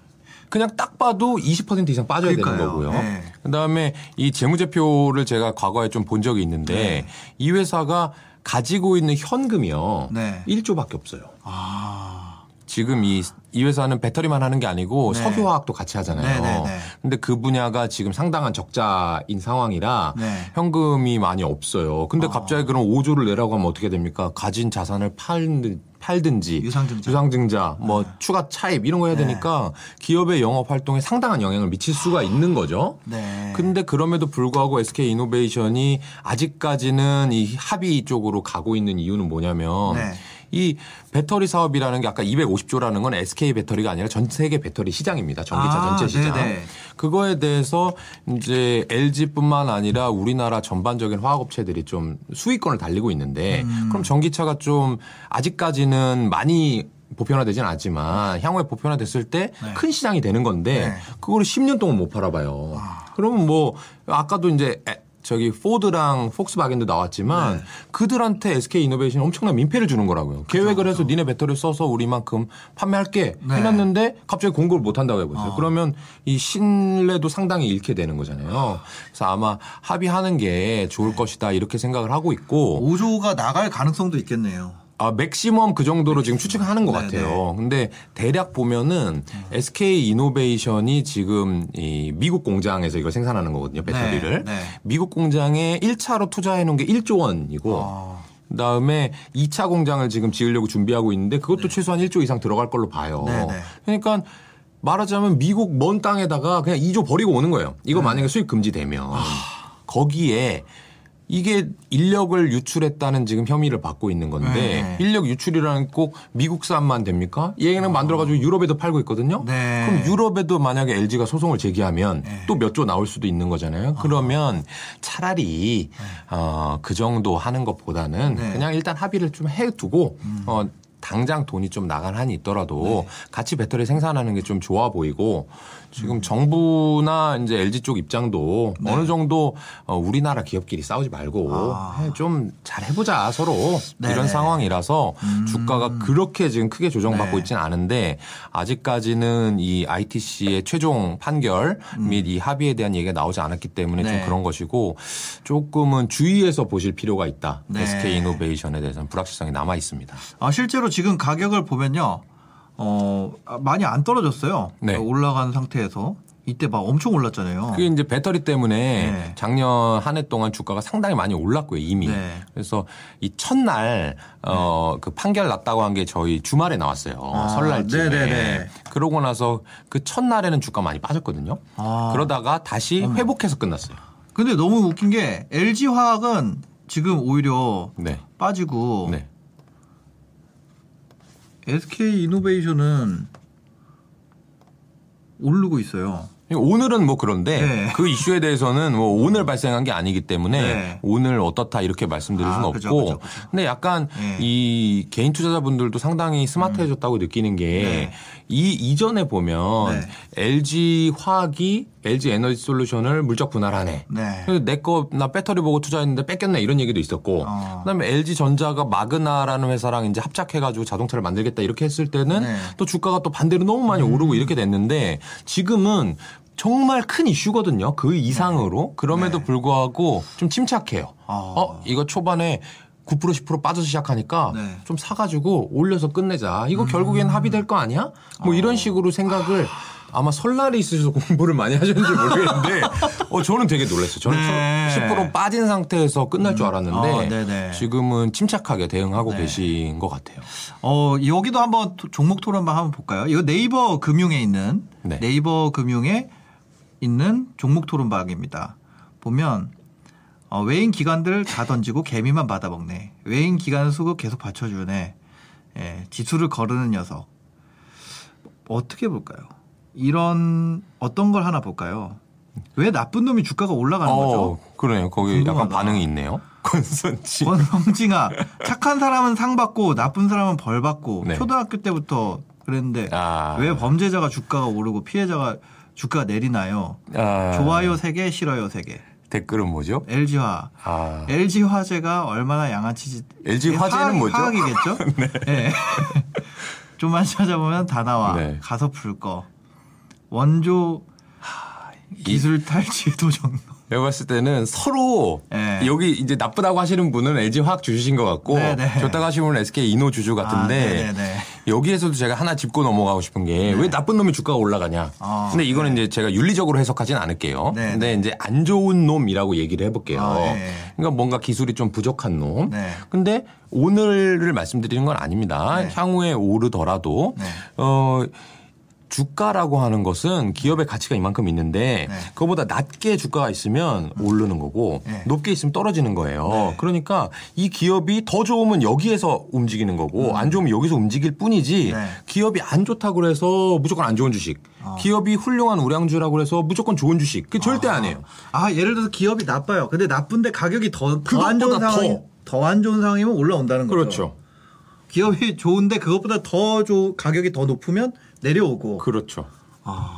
B: 그냥 딱 봐도 20% 이상 빠져야 되는
A: 그러니까요.
B: 거고요.
A: 네.
B: 그다음에 이 재무제표를 제가 과거에 좀 본 적이 있는데
A: 네.
B: 이 회사가 가지고 있는 현금이요.
A: 네.
B: 1조밖에 없어요.
A: 아,
B: 지금 이, 이 회사는 배터리만 하는 게 아니고
A: 네.
B: 석유화학도 같이
A: 네,
B: 하잖아요.
A: 네, 네.
B: 근데 그 분야가 지금 상당한 적자인 상황이라
A: 네. 아.
B: 현금이 많이 없어요. 근데 갑자기 그럼 5조를 내라고 하면 어떻게 됩니까? 가진 자산을 팔든, 팔든지
A: 유상증자. 네.
B: 유상증자, 뭐 추가 차입 이런 거 해야 되니까 기업의 영업 활동에 상당한 영향을 미칠 수가 있는 거죠.
A: 네.
B: 근데 그럼에도 불구하고 SK 이노베이션이 아직까지는 이 합의 쪽으로 가고 있는 이유는 뭐냐면
A: 네.
B: 이 배터리 사업이라는 게 아까 250조라는 건 SK 배터리가 아니라 전 세계 배터리 시장입니다. 전기차
A: 아,
B: 전체 시장.
A: 네네.
B: 그거에 대해서 이제 LG뿐만 아니라 우리나라 전반적인 화학업체들이 좀 수익권을 달리고 있는데
A: 음.
B: 그럼 전기차가 좀 아직까지는 많이 보편화되진 않지만 향후에 보편화됐을 때 큰 시장이 되는 건데
A: 네.
B: 그거를 10년 동안 못 팔아봐요. 그러면 뭐 아까도 이제 에- 저기 포드랑 폭스바겐도 나왔지만
A: 네.
B: 그들한테 SK 이노베이션 이 엄청난 민폐를 주는 거라고요. 계획을 해서 니네 배터리를 써서 우리만큼 판매할게
A: 네.
B: 해놨는데 갑자기 공급을 못 한다고 해보세요.
A: 아.
B: 그러면 이 신뢰도 상당히 잃게 되는 거잖아요. 그래서 아마 합의하는 게 좋을 것이다 이렇게 생각을 하고 있고
A: 5조가 나갈 가능성도 있겠네요.
B: 아, 맥시멈 그 정도로 지금 추측하는 것
A: 네,
B: 같아요. 근데 대략 보면은 SK 이노베이션이 지금 이 미국 공장에서 이걸 생산하는 거거든요, 배터리를.
A: 네.
B: 미국 공장에 1차로 투자해 놓은 게 1조 원이고
A: 아,
B: 그다음에 2차 공장을 지금 지으려고 준비하고 있는데 그것도 최소한 1조 이상 들어갈 걸로 봐요.
A: 네, 네.
B: 그러니까 말하자면 미국 먼 땅에다가 그냥 2조 버리고 오는 거예요. 이거
A: 네.
B: 만약에 수입 금지되면
A: 아.
B: 거기에 이게 인력을 유출했다는 지금 혐의를 받고 있는 건데
A: 네. 아.
B: 인력 유출이라는 꼭 미국산만 됩니까? 얘는 만들어가지고 유럽에도 팔고 있거든요.
A: 네.
B: 그럼 유럽에도 만약에 LG가 소송을 제기하면 또 몇 조 나올 수도 있는 거잖아요. 그러면 차라리 어, 그 정도 하는 것보다는
A: 네.
B: 그냥 일단 합의를 좀 해두고 어, 당장 돈이 좀 나간 한이 있더라도
A: 네.
B: 같이 배터리 생산하는 게 좀 좋아 보이고 지금 정부나 이제 LG 쪽 입장도 어느 정도 어, 우리나라 기업끼리 싸우지 말고
A: 네.
B: 네,
A: 아.
B: 좀 잘 해보자 서로 이런
A: 네네. 음.
B: 상황이라서 주가가 그렇게 지금 크게 조정받고
A: 네.
B: 있지는 않은데 아직까지는 이 ITC의 최종 판결 및 이 합의에 대한 얘기가 나오지 않았기 때문에 좀
A: 음. 네.
B: 그런 것이고 조금은 주의해서 보실 필요가 있다.
A: 네.
B: SK 이노베이션에 대해서는 불확실성이 남아 있습니다.
A: 아, 실제로 지금 가격을 보면요. 어, 아, 많이 안 떨어졌어요.
B: 네.
A: 올라간 상태에서. 이때 막 엄청 올랐잖아요.
B: 그게 이제 배터리 때문에
A: 네.
B: 작년 한 해 동안 주가가 상당히 많이 올랐고요 이미.
A: 네.
B: 그래서 이 첫날 어 그 판결 났다고 한 게 저희 주말에 나왔어요
A: 아,
B: 설날쯤에.
A: 네네네.
B: 그러고 나서 그 첫날에는 주가 많이 빠졌거든요.
A: 아.
B: 그러다가 다시 회복해서 끝났어요.
A: 근데 너무 웃긴 게 LG 화학은 지금 오히려
B: 네.
A: 빠지고
B: 네.
A: SK 이노베이션은 오르고 있어요.
B: 오늘은 뭐 그런데
A: 네.
B: 그 이슈에 대해서는 뭐 오늘 발생한 게 아니기 때문에
A: 네.
B: 오늘 어떻다 이렇게 말씀드릴
A: 아,
B: 수는
A: 그죠,
B: 없고
A: 그죠, 그죠.
B: 근데 약간
A: 네.
B: 이 개인 투자자분들도 상당히 스마트해졌다고 느끼는 게 이
A: 네.
B: 이전에
A: 네.
B: 보면 LG 화학이 LG 에너지 솔루션을 물적 분할하네.
A: 네.
B: 그래서 내거 나 배터리 보고 투자했는데 뺏겼네 이런 얘기도 있었고
A: 어.
B: 그다음에 LG 전자가 마그나라는 회사랑 이제 합작해가지고 자동차를 만들겠다 이렇게 했을 때는
A: 네. 음.
B: 또 주가가 또 반대로 너무 많이 오르고 이렇게 됐는데 지금은 정말 큰 이슈거든요 그 이상으로 그럼에도
A: 네.
B: 불구하고 좀 침착해요
A: 아.
B: 어 이거 초반에 9% 10% 빠져서 시작하니까
A: 네. 음.
B: 좀 사가지고 올려서 끝내자. 이거 결국엔 합의될 거 아니야? 뭐
A: 어.
B: 이런 식으로 생각을 아마 설날에 있으셔서 공부를 많이 하셨는지 모르겠는데, 어, 저는 되게 놀랐어요. 저는
A: 네.
B: 10% 빠진 상태에서 끝날 줄
A: 아,
B: 알았는데,
A: 네네.
B: 지금은 침착하게 대응하고
A: 네.
B: 계신 것 같아요.
A: 어, 여기도 한번 토- 종목 토론만 한번 볼까요? 이거 네이버 금융에 있는
B: 네.
A: 네. 이버 금융에 있는 종목 토론방입니다. 보면 어, 외인 기관들 다 던지고 개미만 받아먹네. 외인 기관 수급 계속 받쳐주네. 예, 지수를 거르는 녀석. 어떻게 볼까요? 이런 어떤 걸 하나 볼까요? 왜 나쁜 놈이 주가가 올라가는
B: 어,
A: 거죠?
B: 그래요. 거기 약간
A: 궁금하다.
B: 반응이 있네요. *laughs* 권선지.
A: 권성징아 착한 사람은 상 받고 나쁜 사람은 벌 받고
B: 네.
A: 초등학교 때부터 그랬는데
B: 아.
A: 왜 범죄자가 주가가 오르고 피해자가 주가가 내리나요?
B: 아,
A: 좋아요 세개 싫어요 세개
B: 댓글은 뭐죠?
A: LG화
B: 아.
A: LG 화재가 얼마나 양아치지?
B: LG
A: 예,
B: 화재는
A: 화학-
B: 뭐죠? *laughs*
A: 화학이겠죠? 네. 좀만 찾아보면 다 나와.
B: 네.
A: 가서 풀 거. 원조 기술 탈취 도정.
B: 내가 봤을 때는 서로
A: 네.
B: 여기 이제 나쁘다고 하시는 분은 LG 화학 주주신 것 같고
A: 네, 네.
B: 좋다고 하시는 분은 SK 이노 주주 같은데
A: 아, 네네네. 네.
B: 여기에서도 제가 하나 짚고 넘어가고 싶은 게 왜 나쁜 놈이 주가가 올라가냐.
A: 아,
B: 근데 이거는 이제 제가 윤리적으로 해석하진 않을게요.
A: 네,
B: 근데 이제 안 좋은 놈이라고 얘기를 해볼게요.
A: 아, 네.
B: 그러니까 뭔가 기술이 좀 부족한 놈.
A: 네.
B: 근데 오늘을 말씀드리는 건 아닙니다.
A: 네.
B: 향후에 오르더라도
A: 네.
B: 어 주가라고 하는 것은 기업의 가치가 이만큼 있는데
A: 네.
B: 그거보다 낮게 주가가 있으면 오르는 거고
A: 네.
B: 높게 있으면 떨어지는 거예요.
A: 네.
B: 그러니까 이 기업이 더 좋으면 여기에서 움직이는 거고 안 좋으면 여기서 움직일 뿐이지
A: 음. 네. 어.
B: 기업이 안 좋다고 해서 무조건 안 좋은 주식, 기업이 훌륭한 우량주라고 해서 무조건 좋은 주식 그 절대 안 해요.
A: 아 예를 들어서 기업이 나빠요. 근데 나쁜데 가격이 더 더 안 좋은
B: 그것보다
A: 상황이
B: 더.
A: 더 안 좋은 상황이면 올라온다는 거죠.
B: 그렇죠.
A: 기업이 좋은데 그것보다 더 좋, 가격이 더 높으면 내려오고.
B: 그렇죠.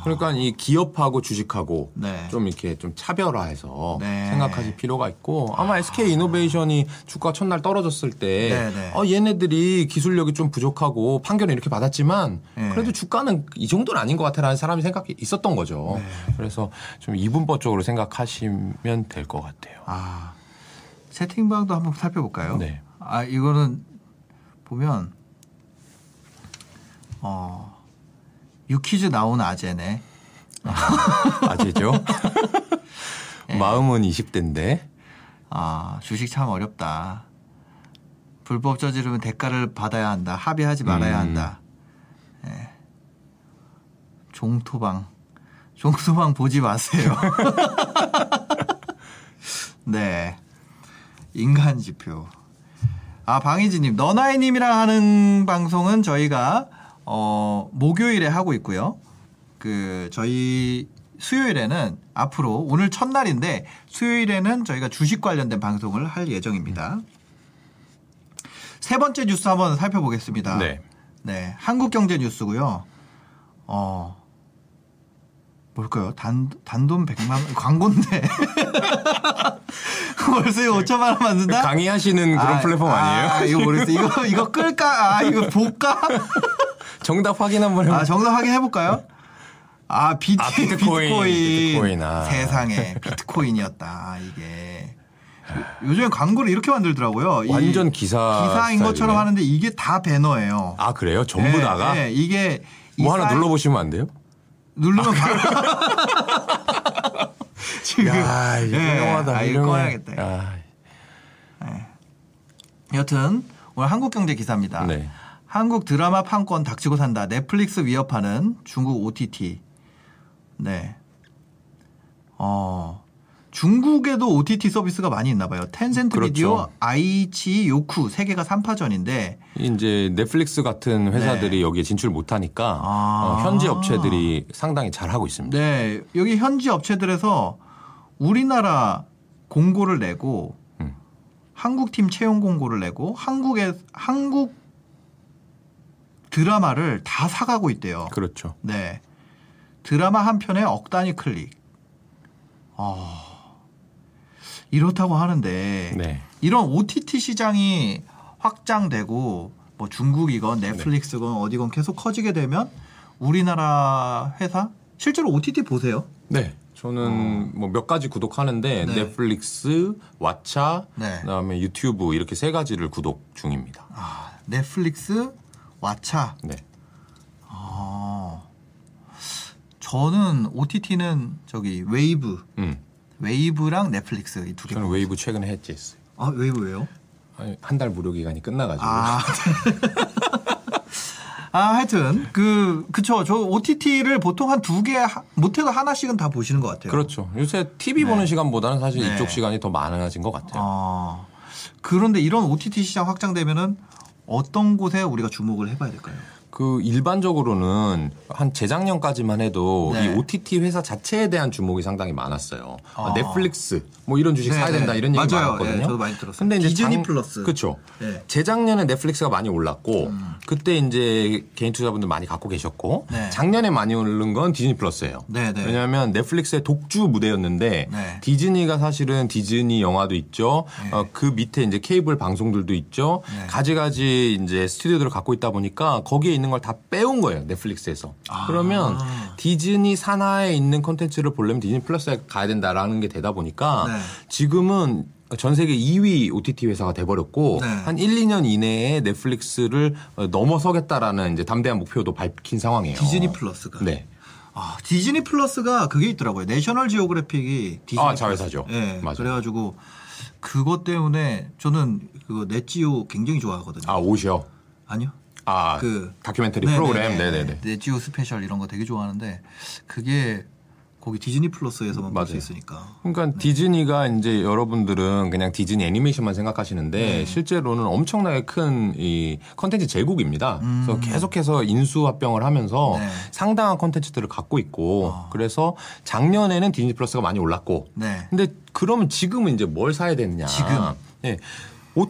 B: 그러니까 이 기업하고 주식하고
A: 아. 네.
B: 좀 이렇게 좀 차별화해서
A: 네.
B: 생각하실 필요가 있고 아마 SK 이노베이션이 주가 첫날 떨어졌을 때
A: 네, 네.
B: 어, 얘네들이 기술력이 좀 부족하고 판결을 이렇게 받았지만
A: 네.
B: 그래도 주가는 이 정도는 아닌 것 같아라는 사람이 생각이 있었던 거죠.
A: 네.
B: 그래서 좀 이분법적으로 생각하시면 될 것 같아요.
A: *laughs* 아 세팅방도 한번 살펴볼까요?
B: 네.
A: 아 이거는 보면 어 유퀴즈 나온 아재네.
B: 아재죠?
A: 네.
B: 마음은 20대인데
A: 아 주식 참 어렵다. 불법 저지르면 대가를 받아야 한다. 합의하지 말아야
B: 음.
A: 한다. 예. 종토방 종토방 보지 마세요. *laughs* 네. 인간 지표. 아, 방희진님. 너나이님이랑 하는 방송은 저희가, 어, 목요일에 하고 있고요. 그, 저희 수요일에는 앞으로 오늘 첫날인데 수요일에는 저희가 주식 관련된 방송을 할 예정입니다. 세 번째 뉴스 한번 살펴보겠습니다.
B: 네.
A: 네. 한국경제 뉴스고요. 어, 뭘까요? 단, 단돈 100만 원, 광고인데. *laughs* 월수에 5천만 원만 든다?
B: 강의하시는 그런
A: 아,
B: 플랫폼 아니에요?
A: 아, 이거 모르겠어. 이거 이거 끌까? 아, 이거 볼까?
B: *laughs* 정답 확인 한번 해볼까요?
A: 아, 정답 확인해 볼까요? 아, 비트,
B: 아,
A: 비트코인.
B: 비트코인. 비트코인, 아.
A: 세상에 비트코인이었다. 이게 요- 요즘에 광고를 이렇게 만들더라고요. 이
B: 완전 기사
A: 기사인
B: 스타일이네.
A: 것처럼 하는데 이게 다 배너예요.
B: 아 그래요? 전부
A: 예,
B: 다가
A: 예, 이게
B: 뭐
A: 이
B: 하나
A: 사이-
B: 눌러보시면 아, 안 돼요?
A: 누르면 바로 *laughs* 지금
B: 야, 이거
A: 예,
B: 훌륭하다.
A: 아, 이거
B: 이러면-
A: 꺼야겠다. 이거.
B: 아,
A: 여튼 오늘 한국 경제 기사입니다.
B: 네.
A: 한국 드라마 판권 닥치고 산다. 넷플릭스 위협하는 중국 OTT. 네. 어. 중국에도 OTT 서비스가 많이 있나 봐요. 텐센트
B: 그렇죠.
A: 비디오, 아이치, 요쿠 세 개가 3파전인데
B: 이제 넷플릭스 같은 회사들이 여기에 진출 못하니까
A: 네. 아.
B: 어, 현지 업체들이 상당히 잘 하고 있습니다.
A: 네. 여기 현지 업체들에서 우리나라 공고를 내고
B: 음.
A: 한국 팀 채용 공고를 내고 한국에 한국 드라마를 다 사가고 있대요.
B: 그렇죠.
A: 네. 드라마 한 편에 억 단위 클릭. 아. 이렇다고 하는데
B: 네.
A: 이런 OTT 시장이 확장되고 뭐 중국이건
B: 네.
A: 넷플릭스건 어디건 계속 커지게 되면 우리나라 회사 실제로 OTT 보세요?
B: 네. 저는 뭐 몇 가지 구독하는데
A: 어. 네.
B: 넷플릭스, 왓챠,
A: 네.
B: 그다음에 유튜브 이렇게 세 가지를 구독 중입니다.
A: 아, 넷플릭스, 왓챠.
B: 네.
A: 아. 저는 OTT는 저기 웨이브,
B: 음.
A: 웨이브랑 넷플릭스 이 두 개.
B: 저는 웨이브 최근에 해지했어요.
A: 아, 웨이브 왜요?
B: 한 달 무료 기간이 끝나가지고.
A: 아. *laughs* 아, 하여튼 그 그쵸 저 OTT를 보통 한 두 개 못해도 하나씩은 다 보시는 것 같아요.
B: 그렇죠. 요새 TV 보는 시간보다는 사실
A: 네.
B: 이쪽 시간이 더 많아진 것 같아요.
A: 아, 그런데 이런 OTT 시장 확장되면은 어떤 곳에 우리가 주목을 해봐야 될까요?
B: 그 일반적으로는 한 재작년까지만 해도
A: 네.
B: 이 OTT 회사 자체에 대한 주목이 상당히 많았어요.
A: 아.
B: 넷플릭스 뭐 이런 주식
A: 네,
B: 사야
A: 네.
B: 된다 이런 얘기
A: 맞아요.
B: 많았거든요.
A: 네, 저도 많이 들었어요.
B: 근데 이제
A: 디즈니
B: 작-
A: 플러스.
B: 그쵸.
A: 네.
B: 재작년에 넷플릭스가 많이 올랐고 그때 이제 개인 투자분들 많이 갖고 계셨고
A: 음. 네.
B: 작년에 많이 오른 건 디즈니 플러스예요.
A: 네, 네.
B: 왜냐하면 넷플릭스의 독주 무대였는데
A: 네.
B: 디즈니가 사실은 디즈니 영화도 있죠. 어, 그 밑에 이제 케이블 방송들도 있죠.
A: 네.
B: 가지가지 이제 스튜디오들을 갖고 있다 보니까 거기에 있는 걸 다 빼온 거예요. 넷플릭스에서.
A: 아.
B: 그러면 디즈니 산하에 있는 콘텐츠를 보려면 디즈니 플러스에 가야 된다라는 게 되다 보니까
A: 네.
B: 지금은 전 세계 2위 OTT 회사가 돼버렸고
A: 네.
B: 한 1, 2년 이내에 넷플릭스를 어, 넘어서겠다라는 이제 담대한 목표도 밝힌 상황이에요.
A: 디즈니 플러스가.
B: 네.
A: 아, 디즈니 플러스가 그게 있더라고요. 내셔널 지오그래픽이 디즈니
B: 아, 자회사죠.
A: 플러스. 예.
B: 맞아요.
A: 그래가지고 그것 때문에 저는 그거 넷지오 굉장히 좋아하거든요.
B: 아 오셔.
A: 아니요.
B: 아
A: 그-
B: 다큐멘터리
A: 네네네.
B: 프로그램. 네네네.
A: 넷지오 스페셜 이런 거 되게 좋아하는데 그게 거기 디즈니 플러스에서만 볼 수
B: 맞아요.
A: 있으니까.
B: 그러니까 디즈니가 이제 여러분들은 그냥 디즈니 애니메이션만 생각하시는데
A: 네.
B: 실제로는 엄청나게 큰 이 컨텐츠 제국입니다. 그래서 계속해서 인수합병을 하면서
A: 음. 네. 아.
B: 상당한 컨텐츠들을 갖고 있고 그래서 작년에는 디즈니 플러스가 많이 올랐고
A: 네.
B: 근데 그러면 지금은 이제 뭘 사야 되느냐?
A: 지금.
B: 예.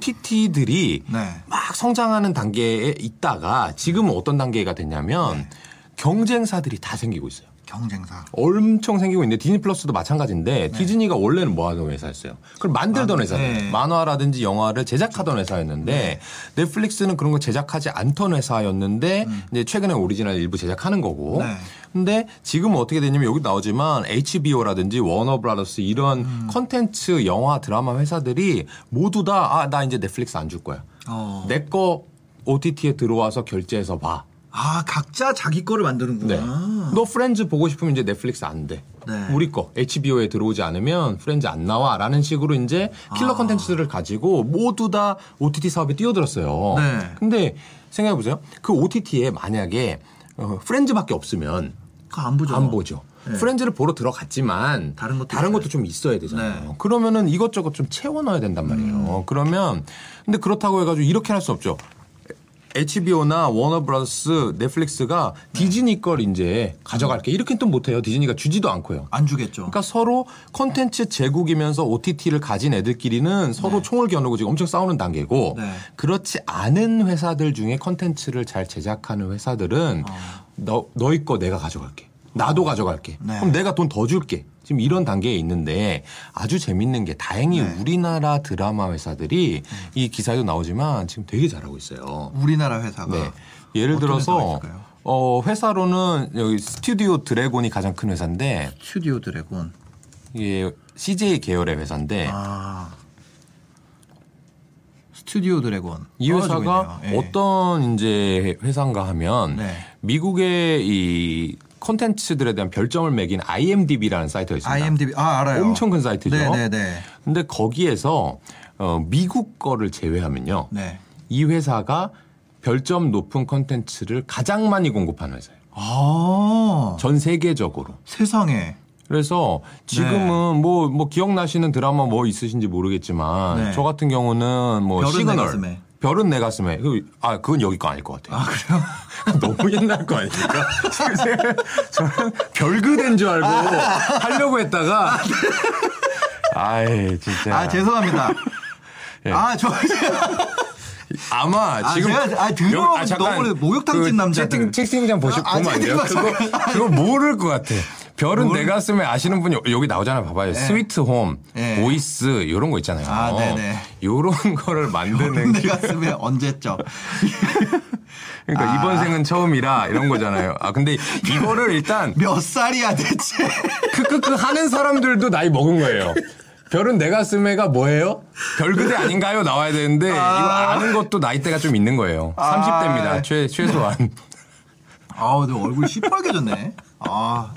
B: OTT들이
A: 네.
B: 막 성장하는 단계에 있다가 지금은 어떤 단계가 됐냐면
A: 네.
B: 경쟁사들이 다 생기고 있어요.
A: 경쟁사.
B: 엄청 생기고 있는데 디즈니 플러스도 마찬가지인데 디즈니가 원래는 뭐 하던 회사였어요. 그걸 만들던
A: 만-
B: 회사예요.
A: 네.
B: 만화라든지 영화를 제작하던 회사였는데 넷플릭스는 그런 거 제작하지 않던 회사였는데 이제 최근에 오리지널 일부 제작하는 거고.
A: 음. 네.
B: 근데 지금은 어떻게 되냐면 여기 나오지만 HBO라든지 워너브라더스 이런
A: 음.
B: 컨텐츠 영화 드라마 회사들이 모두 다 아 나 이제 넷플릭스 안 줄 거야.
A: 어.
B: 내 거 OTT에 들어와서 결제해서 봐.
A: 아, 각자 자기 거를 만드는구나.
B: 네. 너 프렌즈 보고 싶으면 이제 넷플릭스 안 돼.
A: 아. 네.
B: 우리 거 HBO에 들어오지 않으면 프렌즈 안 나와라는 식으로 이제 킬러
A: 아.
B: 컨텐츠들을 가지고 모두 다 OTT 사업에 뛰어들었어요.
A: 네.
B: 근데 생각해 보세요. 그 OTT에 만약에 어, 프렌즈밖에 없으면
A: 그거 안 보죠.
B: 네. 안 보죠.
A: 네.
B: 프렌즈를 보러 들어갔지만
A: 다른 것도 있어요.
B: 좀 있어야 되잖아요.
A: 네. 음.
B: 그러면은 이것저것 좀 채워 넣어야 된단 말이에요. 그러면 근데 그렇다고 해가지고 이렇게 할 수 없죠. HBO나 워너브라더스, 넷플릭스가 디즈니 걸 이제 가져갈게 이렇게 또 못해요. 디즈니가 주지도 않고요.
A: 안 주겠죠.
B: 그러니까 서로 컨텐츠 제국이면서 OTT를 가진 애들끼리는 서로 총을 겨누고 지금 엄청 싸우는 단계고
A: 네.
B: 그렇지 않은 회사들 중에 컨텐츠를 잘 제작하는 회사들은
A: 어.
B: 너 너희 거 내가 가져갈게. 나도 가져갈게.
A: 네.
B: 그럼 내가 돈 더 줄게. 지금 이런 단계에 있는데 아주 재밌는 게 다행히
A: 네.
B: 우리나라 드라마 회사들이 이 기사에도 나오지만 지금 되게 잘하고 있어요.
A: 우리나라 회사가.
B: 네. 예를
A: 어떤
B: 들어서
A: 회사가 있을까요?
B: 어, 회사로는 여기 스튜디오 드래곤이 가장 큰 회사인데
A: 스튜디오 드래곤.
B: 이게 CJ 계열의 회사인데
A: 아. 스튜디오 드래곤.
B: 이
A: 떨어지고
B: 회사가
A: 있네요. 예.
B: 어떤 이제 회사인가 하면
A: 네.
B: 미국의 이 콘텐츠들에 대한 별점을 매긴 IMDb라는 사이트가 있습니다.
A: IMDb 아 알아요.
B: 엄청 큰 사이트죠.
A: 네네네.
B: 근데 거기에서 어, 미국 거를 제외하면요.
A: 네.
B: 이 회사가 별점 높은 콘텐츠를 가장 많이 공급하는 회사예요.
A: 아
B: 전 세계적으로.
A: 세상에.
B: 그래서 지금은 뭐 뭐 기억나시는 드라마 뭐 있으신지 모르겠지만
A: 네.
B: 저 같은 경우는 뭐
A: 별은 내
B: 시그널
A: 가슴에.
B: 별은 내 가슴에 그- 아 그건 여기 거 아닐 것 같아요. *laughs* 너무 옛날 거 아닙니까? *laughs* 아. 저는 별그댄 줄 알고 하려고 했다가 *laughs* 아이 진짜
A: 아 *laughs* 죄송합니다.
B: 예.
A: 아 저.
B: 아마
A: 아,
B: 지금
A: 제가- 아, 드러운
B: 여- 그
A: 너무 목욕탕 찐 남자들.
B: 채팅, 채팅창 보시,
A: 아,
B: 보면 안 돼요?
A: 채팅창
B: 그거, 그거 모를 것 같아. 별은 내 가슴에 아시는 분이 여기 나오잖아요. 봐봐요. 스위트 홈,
A: 예.
B: 보이스 요런 거 있잖아요.
A: 네. 아, 네네.
B: 요런 *laughs* 거를 만드는
A: 내
B: 게
A: 가슴에 언제죠?
B: 그러니까
A: 아.
B: 이번 생은 처음이라 이런 거잖아요. 아 근데 이거를 일단
A: 몇 살이야 대체?
B: 크크크 하는 사람들도 나이 먹은 거예요. 별은 내 가슴에가 뭐예요? 별그대 아닌가요? 나와야 되는데 이거 아는 것도 나이대가 좀 있는 거예요.
A: 아.
B: 30대입니다. 최 최소한.
A: *laughs* 아우 내 얼굴 시뻘개졌네. 아.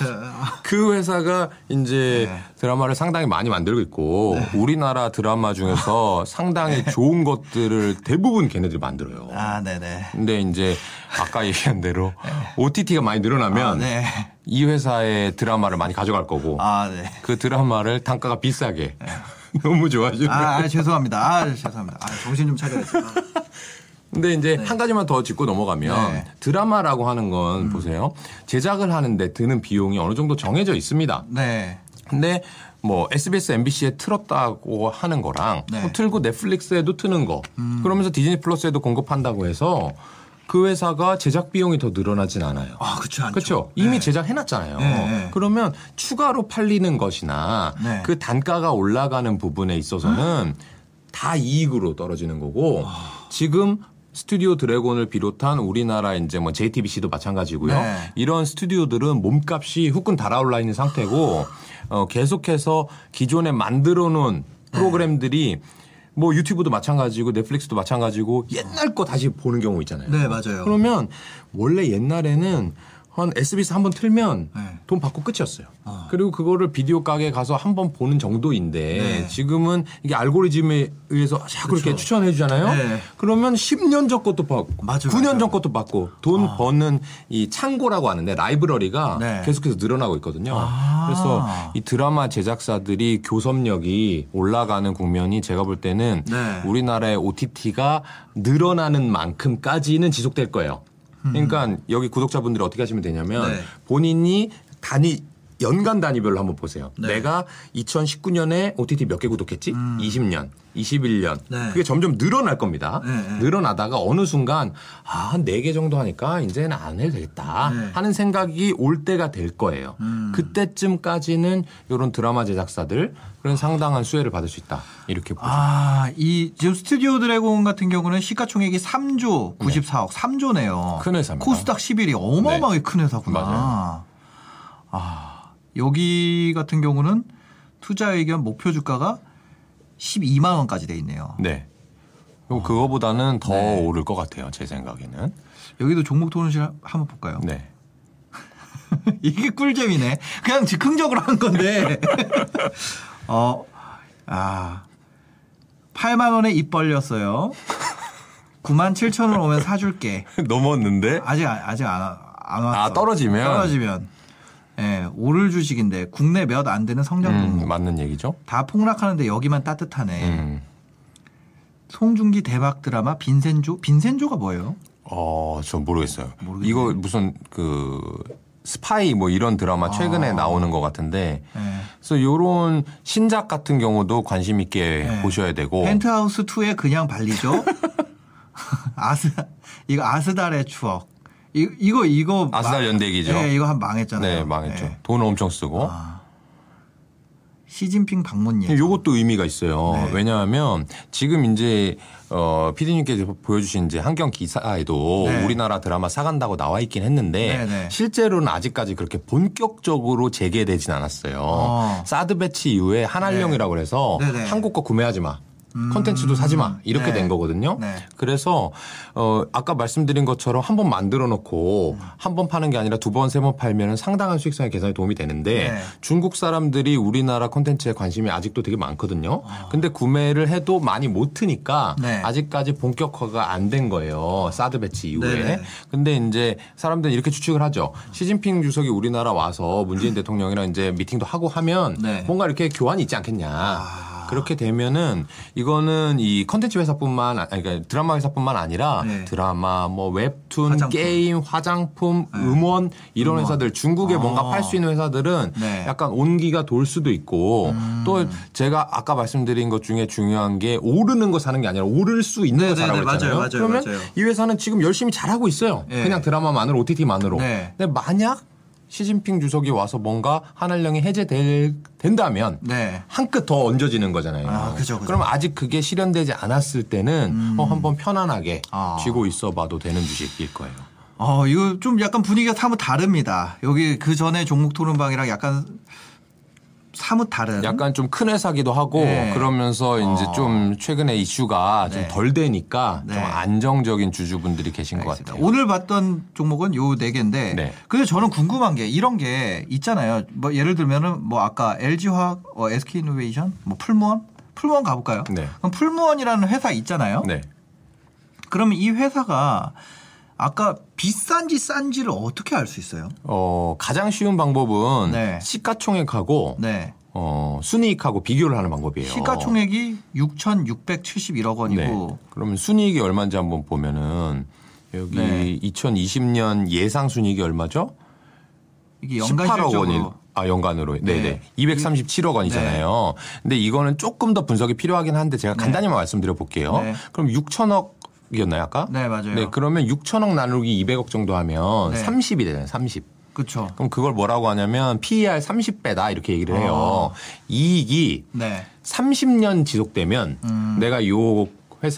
A: 자,
B: 그 회사가 이제
A: 네.
B: 드라마를 상당히 많이 만들고 있고 우리나라 드라마
A: *laughs* 네.
B: 중에서 상당히 좋은 것들을 대부분 걔네들이 만들어요.
A: 아 네네.
B: 근데 이제 아까 얘기한 대로
A: *laughs*
B: OTT가 많이 늘어나면
A: 아, 네.
B: 이 회사의 드라마를 많이 가져갈 거고
A: 아 네.
B: 그 드라마를 단가가 비싸게 *laughs* 너무 좋아하시는
A: 아, 아 죄송합니다. 아 죄송합니다. 아 정신 좀 차려야 돼.
B: 근데 이제 한 가지만 더 짚고 넘어가면
A: 네. 음.
B: 드라마라고 하는 건 보세요. 제작을 하는데 드는 비용이 어느 정도 정해져 있습니다.
A: 네.
B: 근데 뭐 SBS, MBC에 틀었다고 하는 거랑
A: 네.
B: 또 틀고 넷플릭스에도 트는 거 그러면서 디즈니 플러스에도 공급한다고 해서 그 회사가 제작 비용이 더 늘어나진 않아요.
A: 아, 그렇죠.
B: 그렇죠. 이미 제작해놨잖아요.
A: 네, 네.
B: 그러면 추가로 팔리는 것이나
A: 네.
B: 그 단가가 올라가는 부분에 있어서는 다 이익으로 떨어지는 거고
A: 아.
B: 지금 스튜디오 드래곤을 비롯한 우리나라 이제 뭐 JTBC도 마찬가지고요.
A: 네.
B: 이런 스튜디오들은 몸값이 후끈 달아올라 있는 상태고 어, 계속해서 기존에 만들어 놓은
A: 네.
B: 프로그램들이 뭐 유튜브도 마찬가지고 넷플릭스도 마찬가지고 옛날 거 다시 보는 경우 있잖아요.
A: 네, 맞아요.
B: 그러면 원래 옛날에는 한 SBS 한 번 틀면
A: 네.
B: 돈 받고 끝이었어요.
A: 아.
B: 그리고 그거를 비디오 가게 가서 한 번 보는 정도인데
A: 네.
B: 지금은 이게 알고리즘에 의해서 자꾸 이렇게
A: 그쵸.
B: 추천해 주잖아요.
A: 네.
B: 그러면 10년 전 것도 받고
A: 맞아요,
B: 9년
A: 맞아요. 아.
B: 전 것도 받고 돈 버는 이 창고라고 하는데 라이브러리가
A: 네.
B: 계속해서 늘어나고 있거든요.
A: 아.
B: 그래서 이 드라마 제작사들이 교섭력이 올라가는 국면이 제가 볼 때는
A: 네.
B: 우리나라의 OTT가 늘어나는 만큼까지는 지속될 거예요. 그러니까 여기 구독자분들이 어떻게 하시면 되냐면
A: 네.
B: 본인이 단위 연간 단위별로 한번 보세요.
A: 네. 음.
B: 내가 2019년에 OTT 몇 개 구독했지? 20년, 21년.
A: 네.
B: 그게 점점 늘어날 겁니다.
A: 네, 네.
B: 늘어나다가 어느 순간 아, 한 4개 정도 하니까 이제는 안 해도 되겠다
A: 네. 음.
B: 하는 생각이 올 때가 될 거예요. 그때쯤까지는 이런 드라마 제작사들 그런 상당한 수혜를 받을 수 있다. 이렇게 보죠.
A: 아, 이 지금 스튜디오 드래곤 같은 경우는 시가총액이 3조 94억, 3조네요.
B: 큰 회사입니다. 네.
A: 코스닥 11이 어마어마하게 큰 회사구나.
B: 맞아요.
A: 아, 여기 같은 경우는 투자 의견 목표 주가가 12만 원까지 돼 있네요.
B: 네. 그럼 그거보다는 더
A: 네.
B: 오를 것 같아요. 제 생각에는.
A: 여기도 종목 토론실 한번 볼까요? *laughs*
B: 네. *laughs*
A: 이게 꿀잼이네. 그냥 즉흥적으로 한 건데. *laughs* 어, 아. 8만 원에 입 벌렸어요. 9만 7천 원 오면 사줄게.
B: 넘었는데
A: 아직 안- 아직 안, 와- 안 왔어.
B: 아, 떨어지면?
A: 떨어지면. 예, 오를 주식인데 국내 몇 안 되는 성장
B: 음,
A: 종목.
B: 맞는 얘기죠.
A: 다 폭락하는데 여기만 따뜻하네.
B: 음.
A: 송중기 대박 드라마 빈센조. 빈센조가 뭐예요?
B: 어, 저 모르겠어요.
A: 모르겠네.
B: 이거 무슨 그 스파이 뭐 이런
A: 아.
B: 드라마 최근에 나오는 것 같은데.
A: 예.
B: 그래서 요런 신작 같은 경우도 관심 있게
A: 네.
B: 보셔야 되고.
A: 펜트하우스 2에 그냥 발리죠. *laughs* 아스 이거 아스달의 추억. 이, 이거 이거
B: 아스달
A: 망-
B: 연대기죠.
A: 예, 이거 한 망했잖아요.
B: 네, 망했죠.
A: 예.
B: 돈 엄청 쓰고.
A: 시진핑 방문 예정. 네.
B: 요것도 의미가 있어요. 왜냐하면 지금 이제 어 피디님께서 보여주신 이제 한경 기사에도
A: 네.
B: 우리나라 드라마 사간다고 나와 있긴 했는데
A: 네, 네.
B: 실제로는 아직까지 그렇게 본격적으로 재개되진 않았어요.
A: 어.
B: 사드 배치 이후에 한알령이라고 해서
A: 네, 네.
B: 한국 거 구매하지 마. 콘텐츠도 사지 마 이렇게
A: 네.
B: 된 거거든요.
A: 네.
B: 그래서 어 아까 말씀드린 것처럼 한 번 만들어 놓고 한 번 파는 게 아니라 두 번 세 번 팔면은 상당한 수익성의 개선에 도움이 되는데
A: 네.
B: 중국 사람들이 우리나라 콘텐츠에 관심이 아직도 되게 많거든요. 근데 구매를 해도 많이 못 트니까
A: 네.
B: 아직까지 본격화가 안 된 거예요. 사드 배치 이후에.
A: 네네.
B: 근데 이제 사람들은 이렇게 추측을 하죠. 시진핑 주석이 우리나라
A: *laughs*
B: 와서 문재인 대통령이랑 이제 미팅도 하고 하면
A: 네. 아.
B: 뭔가 이렇게 교환이 있지 않겠냐. 그렇게 되면은 이거는 이 컨텐츠 회사뿐만 아니 그러니까 드라마 회사뿐만 아니라
A: 네.
B: 드라마 뭐 웹툰
A: 화장품. 네.
B: 게임 화장품 음원 이런 회사들 중국에 뭔가 팔 수 있는 회사들은
A: 아. 네. 음.
B: 약간 온기가 돌 수도 있고 또 제가 아까 말씀드린 것 중에 중요한 게 오르는 거 사는 게 아니라 오를 수 있는 거
A: 네,
B: 사라고
A: 네, 맞아요,
B: 했잖아요.
A: 맞아요,
B: 그러면
A: 맞아요.
B: 이 회사는 지금 열심히 잘하고 있어요.
A: 네.
B: 그냥 드라마만으로 OTT만으로.
A: 네.
B: 근데 만약 시진핑 주석이 와서 뭔가 한한령이 해제된다면
A: 네.
B: 한 끗 더 얹어지는 거잖아요.
A: 아, 그죠, 그죠.
B: 럼 아직 그게 실현되지 않았을 때는 어, 한번 편안하게
A: 아.
B: 쥐고 있어봐도 되는 주식일 거예요.
A: 어, 이거 좀 약간 분위기가 사뭇 다릅니다. 여기 그 전에 종목 토론방이랑 약간 사뭇 다른.
B: 약간 좀 큰 회사기도 하고
A: 네.
B: 그러면서 이제 좀 최근에 이슈가
A: 네.
B: 좀 덜 되니까
A: 네.
B: 좀 안정적인 주주분들이 계신
A: 알겠습니다.
B: 것 같아요.
A: 오늘 봤던 종목은 요 네 개인데.
B: 네.
A: 근데 저는 궁금한 게 이런 게 있잖아요. 뭐 예를 들면은 뭐 아까 LG화학, 어, SK이노베이션, 뭐 풀무원, 풀무원 가볼까요?
B: 네.
A: 그럼 풀무원이라는 회사 있잖아요.
B: 네.
A: 그러면 이 회사가 아까 비싼지 싼지를 어떻게 알 수 있어요?
B: 어, 가장 쉬운 방법은
A: 네.
B: 시가총액하고
A: 네.
B: 어, 순이익하고 비교를 하는 방법이에요.
A: 시가총액이 6,671억 원이고
B: 네. 그러면 순이익이 얼마인지 한번 보면은 여기
A: 네.
B: 2020년 예상 순이익이 얼마죠?
A: 이게
B: 18억 네. 원이
A: 연간적으로
B: 아 연간으로 네네 237억
A: 네.
B: 원이잖아요. 근데 이거는 조금 더 분석이 필요하긴 한데 제가 간단히만 말씀드려 볼게요.
A: 네.
B: 그럼 6천억이었나요 아까?
A: 네, 맞아요.
B: 네 그러면 6천억 나누기 200억 정도 하면
A: 네.
B: 30이 되잖아요. 30.
A: 그렇죠.
B: 그럼 그걸 뭐라고 하냐면 PER 30배다 이렇게 얘기를 해요.
A: 아.
B: 이익이
A: 네.
B: 30년 지속되면 내가 요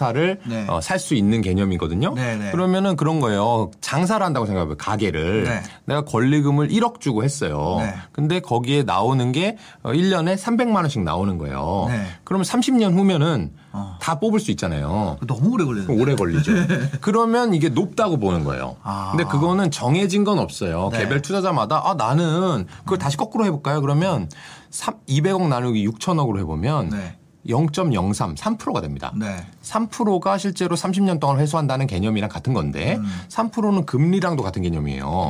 B: 회사를
A: 음. 네.
B: 어, 살 수 있는 개념이거든요.
A: 네네.
B: 그러면은 그런 거예요. 장사를 한다고 생각해요. 가게를
A: 네.
B: 내가 권리금을 1억 주고 했어요.
A: 네.
B: 근데 거기에 나오는 게 어, 1년에 300만 원씩 나오는 거예요.
A: 네.
B: 그러면 30년 후면은
A: 어.
B: 다 뽑을 수 있잖아요.
A: 너무 오래 걸리는데.
B: 오래
A: *laughs*
B: 걸리죠. 그러면 이게 높다고 보는 거예요.
A: 아.
B: 근데 그거는 정해진 건 없어요.
A: 네.
B: 개별 투자자마다 아 나는 그걸 다시 거꾸로 해볼까요? 그러면 3, 200억 나누기 6천억으로 해보면
A: 네.
B: 0.03 3%가 됩니다.
A: 네.
B: 3%가 실제로 30년 동안 회수한다는 개념이랑 같은 건데 3%는 금리랑도 같은 개념이에요.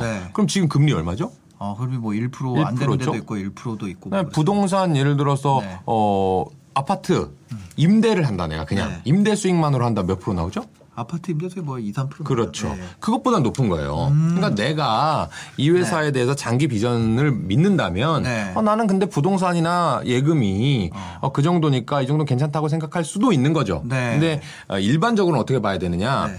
A: 음. 네.
B: 그럼 지금 금리 얼마죠?
A: 어, 그러면 뭐1% 안 되는
B: 1% 죠?
A: 데도 있고 1%도 있고. 뭐
B: 네,
A: 그래서.
B: 부동산 예를 들어서
A: 네. 음.
B: 어 아파트 임대를 한다 내가 그냥
A: 네.
B: 임대 수익만으로 한다 몇 프로 나오죠?
A: 아파트 임대수에 뭐 2, 3%.
B: 그렇죠.
A: 네. 음.
B: 그것보다 높은 거예요. 그러니까 내가 이 회사에 대해서 장기 비전을 믿는다면
A: 네.
B: 어, 나는 근데 부동산이나 예금이 어, 그 정도니까 이 정도 괜찮다고 생각할 수도 있는 거죠.
A: 네.
B: 근데 어, 일반적으로는 어떻게 봐야 되느냐?
A: 네.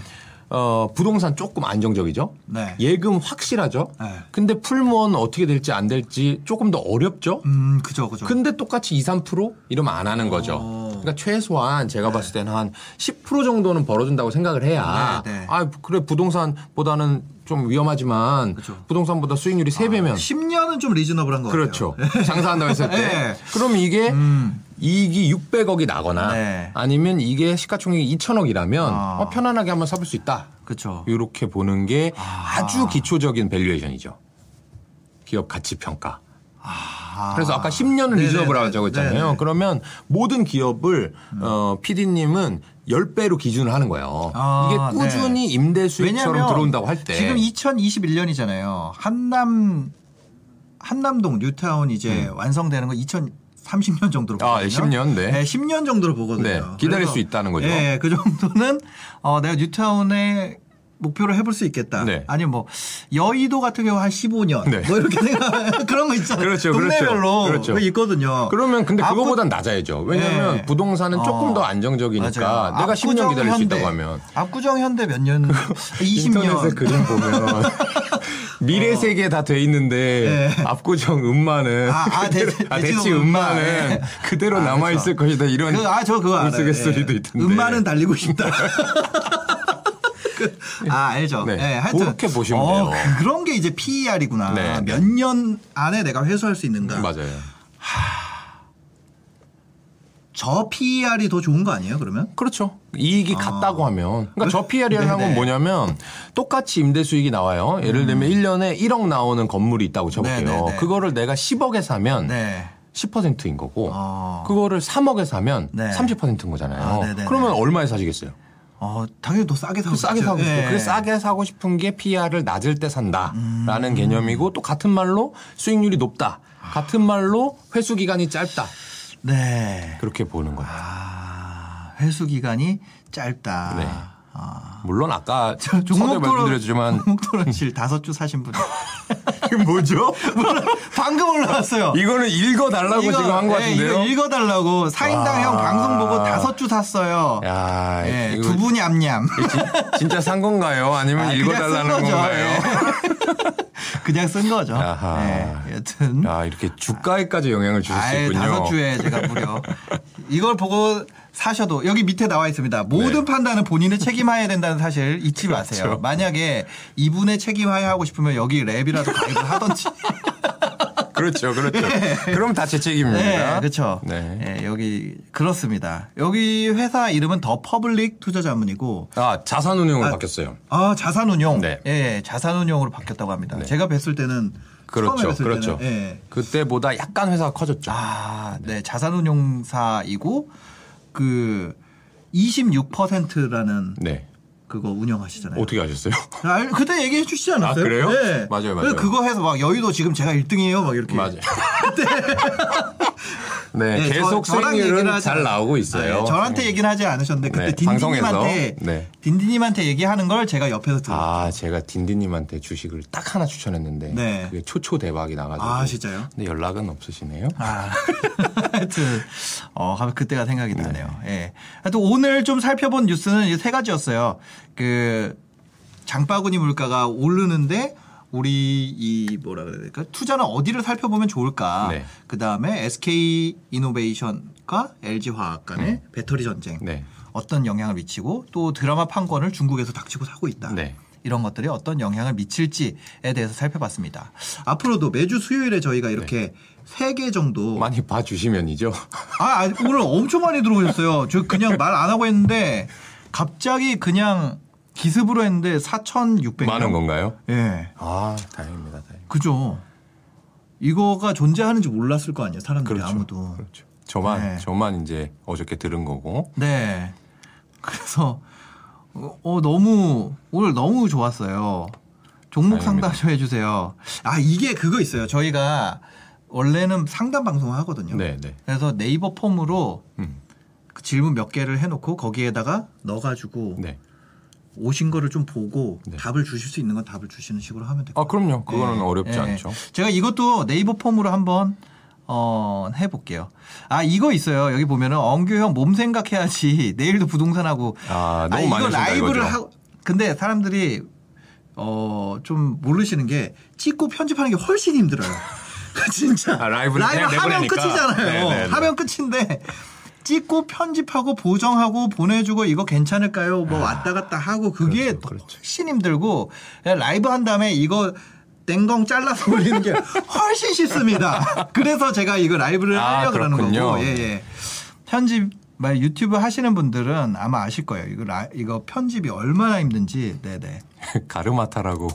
B: 어, 부동산 조금 안정적이죠.
A: 네.
B: 예금 확실하죠.
A: 네.
B: 근데 풀무원 어떻게 될지 안 될지 조금 더 어렵죠.
A: 음, 그죠, 그죠.
B: 근데 똑같이 2, 3% 이러면 안 하는 거죠.
A: 어. 네.
B: 그러니까 최소한 제가 봤을 때는 한 10% 정도는 벌어준다고 생각을 해야
A: 네, 네.
B: 아 그래 부동산보다는 좀 위험하지만
A: 그쵸. 아,
B: 부동산보다 수익률이 3배면
A: 10년은 좀 리즈너블한 것
B: 그렇죠.
A: 같아요.
B: 장사한다고 했을 때.
A: 네.
B: 그럼 이게
A: 음.
B: 이익이 600억이 나거나
A: 네.
B: 아니면 이게 시가총액이 2천억이라면 어,
A: 아.
B: 편안하게 한번 사볼 수 있다.
A: 그렇죠.
B: 이렇게 보는 게
A: 아.
B: 아. 주 기초적인 밸류에이션이죠. 기업 가치 평가.
A: 아.
B: 그래서 아까 10년을
A: 네네네.
B: 리저브라고 했잖아요.
A: 네네. 음.
B: 그러면 모든 기업을 어, PD님은 10배로 기준을 하는 거예요.
A: 아,
B: 이게 꾸준히 임대 수익처럼
A: 왜냐면
B: 들어온다고 할 때.
A: 지금 2021년이잖아요. 한남 한남동 뉴타운 이제 완성되는 거 2030년 정도로
B: 음. 아,
A: 보거든요.
B: 10년, 네.
A: 10년 정도로 보거든요.
B: 네, 기다릴
A: 그래서,
B: 수 있다는 거죠.
A: 예, 그 정도는 어, 내가 뉴타운에 목표를 해볼 수 있겠다.
B: 네.
A: 아니면 뭐 여의도 같은 경우 한 15년
B: 네.
A: 뭐 이렇게 생각 *laughs* 그런 거 있잖아요.
B: 그렇죠, 그렇죠.
A: 동네별로
B: 그렇죠.
A: 그게 있거든요.
B: 그러면 근데
A: 앞으-
B: 그거보단 낮아야죠. 왜냐하면
A: 네.
B: 부동산은
A: 어.
B: 조금 더 안정적이니까
A: 맞아요.
B: 내가 10년
A: 압구정
B: 기다릴 수
A: 현대.
B: 있다고 하면
A: 압구정 현대 몇
B: *laughs*
A: 년? 20년. 어.
B: 인터넷에 그림
A: *laughs*
B: 보면 미래 세계 다 돼 있는데 압구정 음마는
A: 네. 아, 아, 대-
B: 그대로- 아,
A: 대치동
B: 대치
A: 음마.
B: 음마는
A: 네.
B: 그대로
A: 아,
B: 남아 있을 것이다 이런
A: 그, 아, 저 그거 알아요.
B: 우스갯소리도
A: 예.
B: 있던데
A: 음마는 달리고
B: *laughs*
A: 싶다. *laughs* 그, 아, 알죠.
B: 네.
A: 예, 하여튼.
B: 그렇게 보시면
A: 어,
B: 돼요.
A: 그런 게 이제 PER이구나.
B: 네, 네.
A: 몇 년 안에 내가 회수할 수 있는가.
B: 맞아요.
A: 저 PER이 더 좋은 거 아니에요, 그러면?
B: 그렇죠. 이익이 같다고 하면. 그러니까 저 PR이라는
A: 아. 네네.
B: 건 뭐냐면 똑같이 임대 수익이 나와요. 예를 들면 1년에 1억 나오는 건물이 있다고 쳐볼게요.
A: 음. 네네네.
B: 그거를 내가 10억에 사면
A: 네.
B: 10%인 거고
A: 어.
B: 그거를 3억에 사면
A: 네.
B: 30%인 거잖아요.
A: 아, 네네네.
B: 그러면 얼마에 사시겠어요?
A: 어, 당연히 더 싸게 사고
B: 싸게
A: 싶죠.
B: 사고 싶어.
A: 예.
B: 그게 싸게 사고 싶은 게 PR을 낮을 때 산다라는
A: 음.
B: 개념이고 또 같은 말로 수익률이 높다. 같은 말로 회수 기간이 짧다.
A: 네.
B: 그렇게 보는 거예요.
A: 아, 회수 기간이 짧다.
B: 네.
A: 아.
B: 물론 아까 서두에 말씀드렸지만
A: 종목토론실 다섯 주 사신 분.
B: *laughs* 이게 뭐죠?
A: *laughs* 방금 올라왔어요.
B: 아, 이거는 읽어달라고
A: 이거,
B: 지금 한 것
A: 예,
B: 같은데요.
A: 이거 읽어달라고 사인당
B: 와.
A: 형 방송 보고 다섯 주 샀어요.
B: 야,
A: 예,
B: 이거
A: 두 분이 암냠.
B: 진- 진짜 산 건가요? 아니면
A: 아,
B: 읽어달라는
A: 그냥 쓴 거죠.
B: 건가요?
A: 예. *laughs* 그냥 쓴 거죠.
B: 아하.
A: 예, 여튼
B: 야, 이렇게 주가에까지 영향을 주실 수
A: 아예
B: 있군요.
A: 다섯 주에 제가 무려 이걸 보고 사셔도 여기 밑에 나와
B: 네.
A: 있습니다. 모든 판단은 본인의 책임하에 된다는 사실 잊지 마세요.
B: 그렇죠.
A: 만약에 이분의 책임하에 하고 싶으면 여기 랩이라도 가입을 하던지.
B: 그렇죠, 그렇죠. 그럼 다 제 책임입니다.
A: 네, 그렇죠.
B: 네.
A: 예, 여기 그렇습니다. 여기 회사 이름은 더 퍼블릭 투자자문이고
B: 아, 자산운용으로 바뀌었어요.
A: 아 자산운용.
B: 네.
A: 예, 예, 자산운용으로 바뀌었다고 합니다. 제가 뵀을 때는 처음에
B: 그렇죠,
A: 뵀을
B: 그렇죠.
A: 때는, 예.
B: 그때보다 약간 회사가 커졌죠.
A: 아, 네, 자산운용사이고 그 26%라는
B: 네.
A: 그거 운영하시잖아요.
B: 어떻게 아셨어요?
A: 아, 그때 얘기해 주시지 않았어요?
B: 아, 그래요?
A: 네.
B: 맞아요, 맞아요.
A: 그래서 그거 해서 막 여의도 지금 제가 1등이에요, 막 이렇게.
B: 맞아요.
A: *laughs*
B: 네,
A: 네,
B: 계속
A: 저- 저랑 얘기를
B: 수익률은
A: 하지
B: 잘
A: 않-
B: 나오고 있어요.
A: 아, 예, 저한테 얘기는 하지 않으셨는데 그때
B: 네,
A: 딘딘님한테
B: 방송에서. 네.
A: 딘딘님한테 얘기하는 걸 제가 옆에서 들었어요.
B: 아, 제가 딘딘님한테 주식을 딱 하나 추천했는데
A: 네.
B: 그게 초초 대박이 나가지고.
A: 아, 진짜요?
B: 근데 연락은 없으시네요.
A: 아, *laughs* 하여튼 어 하면 그때가 생각이 나네요. 예. 하여튼 오늘 좀 살펴본 뉴스는 이세 가지였어요. 그 장바구니 물가가 오르는데 우리 이 뭐라 그래야 될까 투자는 어디를 살펴보면 좋을까.
B: 네.
A: 그 다음에 SK 이노베이션과 LG 화학 간의 배터리 전쟁
B: 음. 네.
A: 어떤 영향을 미치고 또 드라마 판권을 중국에서 닥치고 사고 있다.
B: 네.
A: 이런 것들이 어떤 영향을 미칠지에 대해서 살펴봤습니다. 앞으로도 매주 수요일에
B: 네.
A: 저희가 이렇게 세 개 정도
B: 많이 봐 주시면이죠.
A: 아, 아, 오늘 엄청 많이 들어오셨어요. 저 그냥 말 안 하고 했는데 갑자기 그냥 기습으로 했는데 4,600명.
B: 많은 건가요?
A: 예.
B: 네. 아, 다행입니다. 다행.
A: 그죠. 이거가 존재하는지 몰랐을 거 아니에요. 사람들이
B: 그렇죠.
A: 아무도.
B: 그렇죠. 저만
A: 네.
B: 저만 이제 어저께 들은 거고.
A: 네. 그래서 어, 어, 너무 오늘 너무 좋았어요. 종목
B: 다행입니다.
A: 상담 좀 해주세요. 아 이게 그거 있어요. 저희가 원래는 상담 방송을 하거든요.
B: 네, 네.
A: 그래서 네이버 폼으로
B: 음.
A: 그 질문 몇 개를 해놓고 거기에다가 넣어가지고
B: 네.
A: 오신 거를 좀 보고
B: 네.
A: 답을 주실 수 있는 건 답을 주시는 식으로 하면 될것 같아요.
B: 아, 그럼요. 그거는
A: 예,
B: 어렵지
A: 예.
B: 않죠.
A: 제가 이것도 네이버 폼으로 한번 어, 해볼게요. 아 이거 있어요. 여기 보면은 엉규 형 몸 생각해야지 *laughs* 내일도 부동산하고
B: 아, 너무
A: 아니,
B: 많이
A: 이거
B: 하신다,
A: 라이브를
B: 이거죠.
A: 하고 근데 사람들이 어좀 모르시는 게 찍고 편집하는 게 훨씬 힘들어요. *laughs* 그 진짜
B: 아, 라이브를
A: 라이브
B: 그냥
A: 하면
B: 내보내니까.
A: 끝이잖아요.
B: 네, 네, 네.
A: 하면 끝인데 찍고 편집하고 보정하고 보내주고 이거 괜찮을까요? 뭐 왔다 갔다 하고 그게
B: 아, 그렇죠, 그렇죠.
A: 훨씬 힘들고 그냥 라이브 한 다음에 이거 땡동 잘라서 올리는 게 *laughs* 훨씬 쉽습니다. 그래서 제가 이거 라이브를
B: 아,
A: 하려고 그러는 거고.
B: 그렇군요.
A: 예, 예. 편집 말 유튜브 하시는 분들은 아마 아실 거예요. 이거 라, 이거 편집이 얼마나 힘든지. 네, 네.
B: *laughs* 가르마타라고.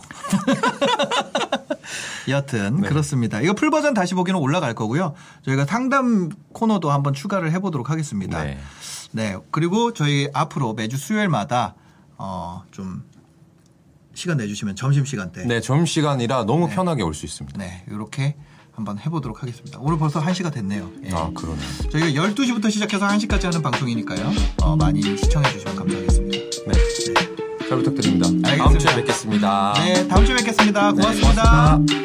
A: 여튼
B: 네.
A: 그렇습니다. 이거 풀 버전 다시 보기는 올라갈 거고요. 저희가 상담 코너도 한번 추가를 해 보도록 하겠습니다.
B: 네.
A: 네. 그리고 저희 앞으로 매주 수요일마다 어, 좀 시간 내 주시면 점심 시간 때
B: 네, 점심시간이라 너무 편하게 올 수 있습니다.
A: 네, 이렇게 한번 해보도록 하겠습니다. 오늘 벌써 1시가 됐네요. 예.
B: 아, 그러네요.
A: 저희가 12시부터 시작해서 1시까지 하는 방송이니까요. 어, 많이 시청해주시면 감사하겠습니다.
B: 네. 잘 부탁드립니다. 다음 주에
A: 알겠습니다.
B: 뵙겠습니다.
A: 네, 다음 주에 뵙겠습니다.
B: 네,
A: 고맙습니다.
B: 고맙습니다.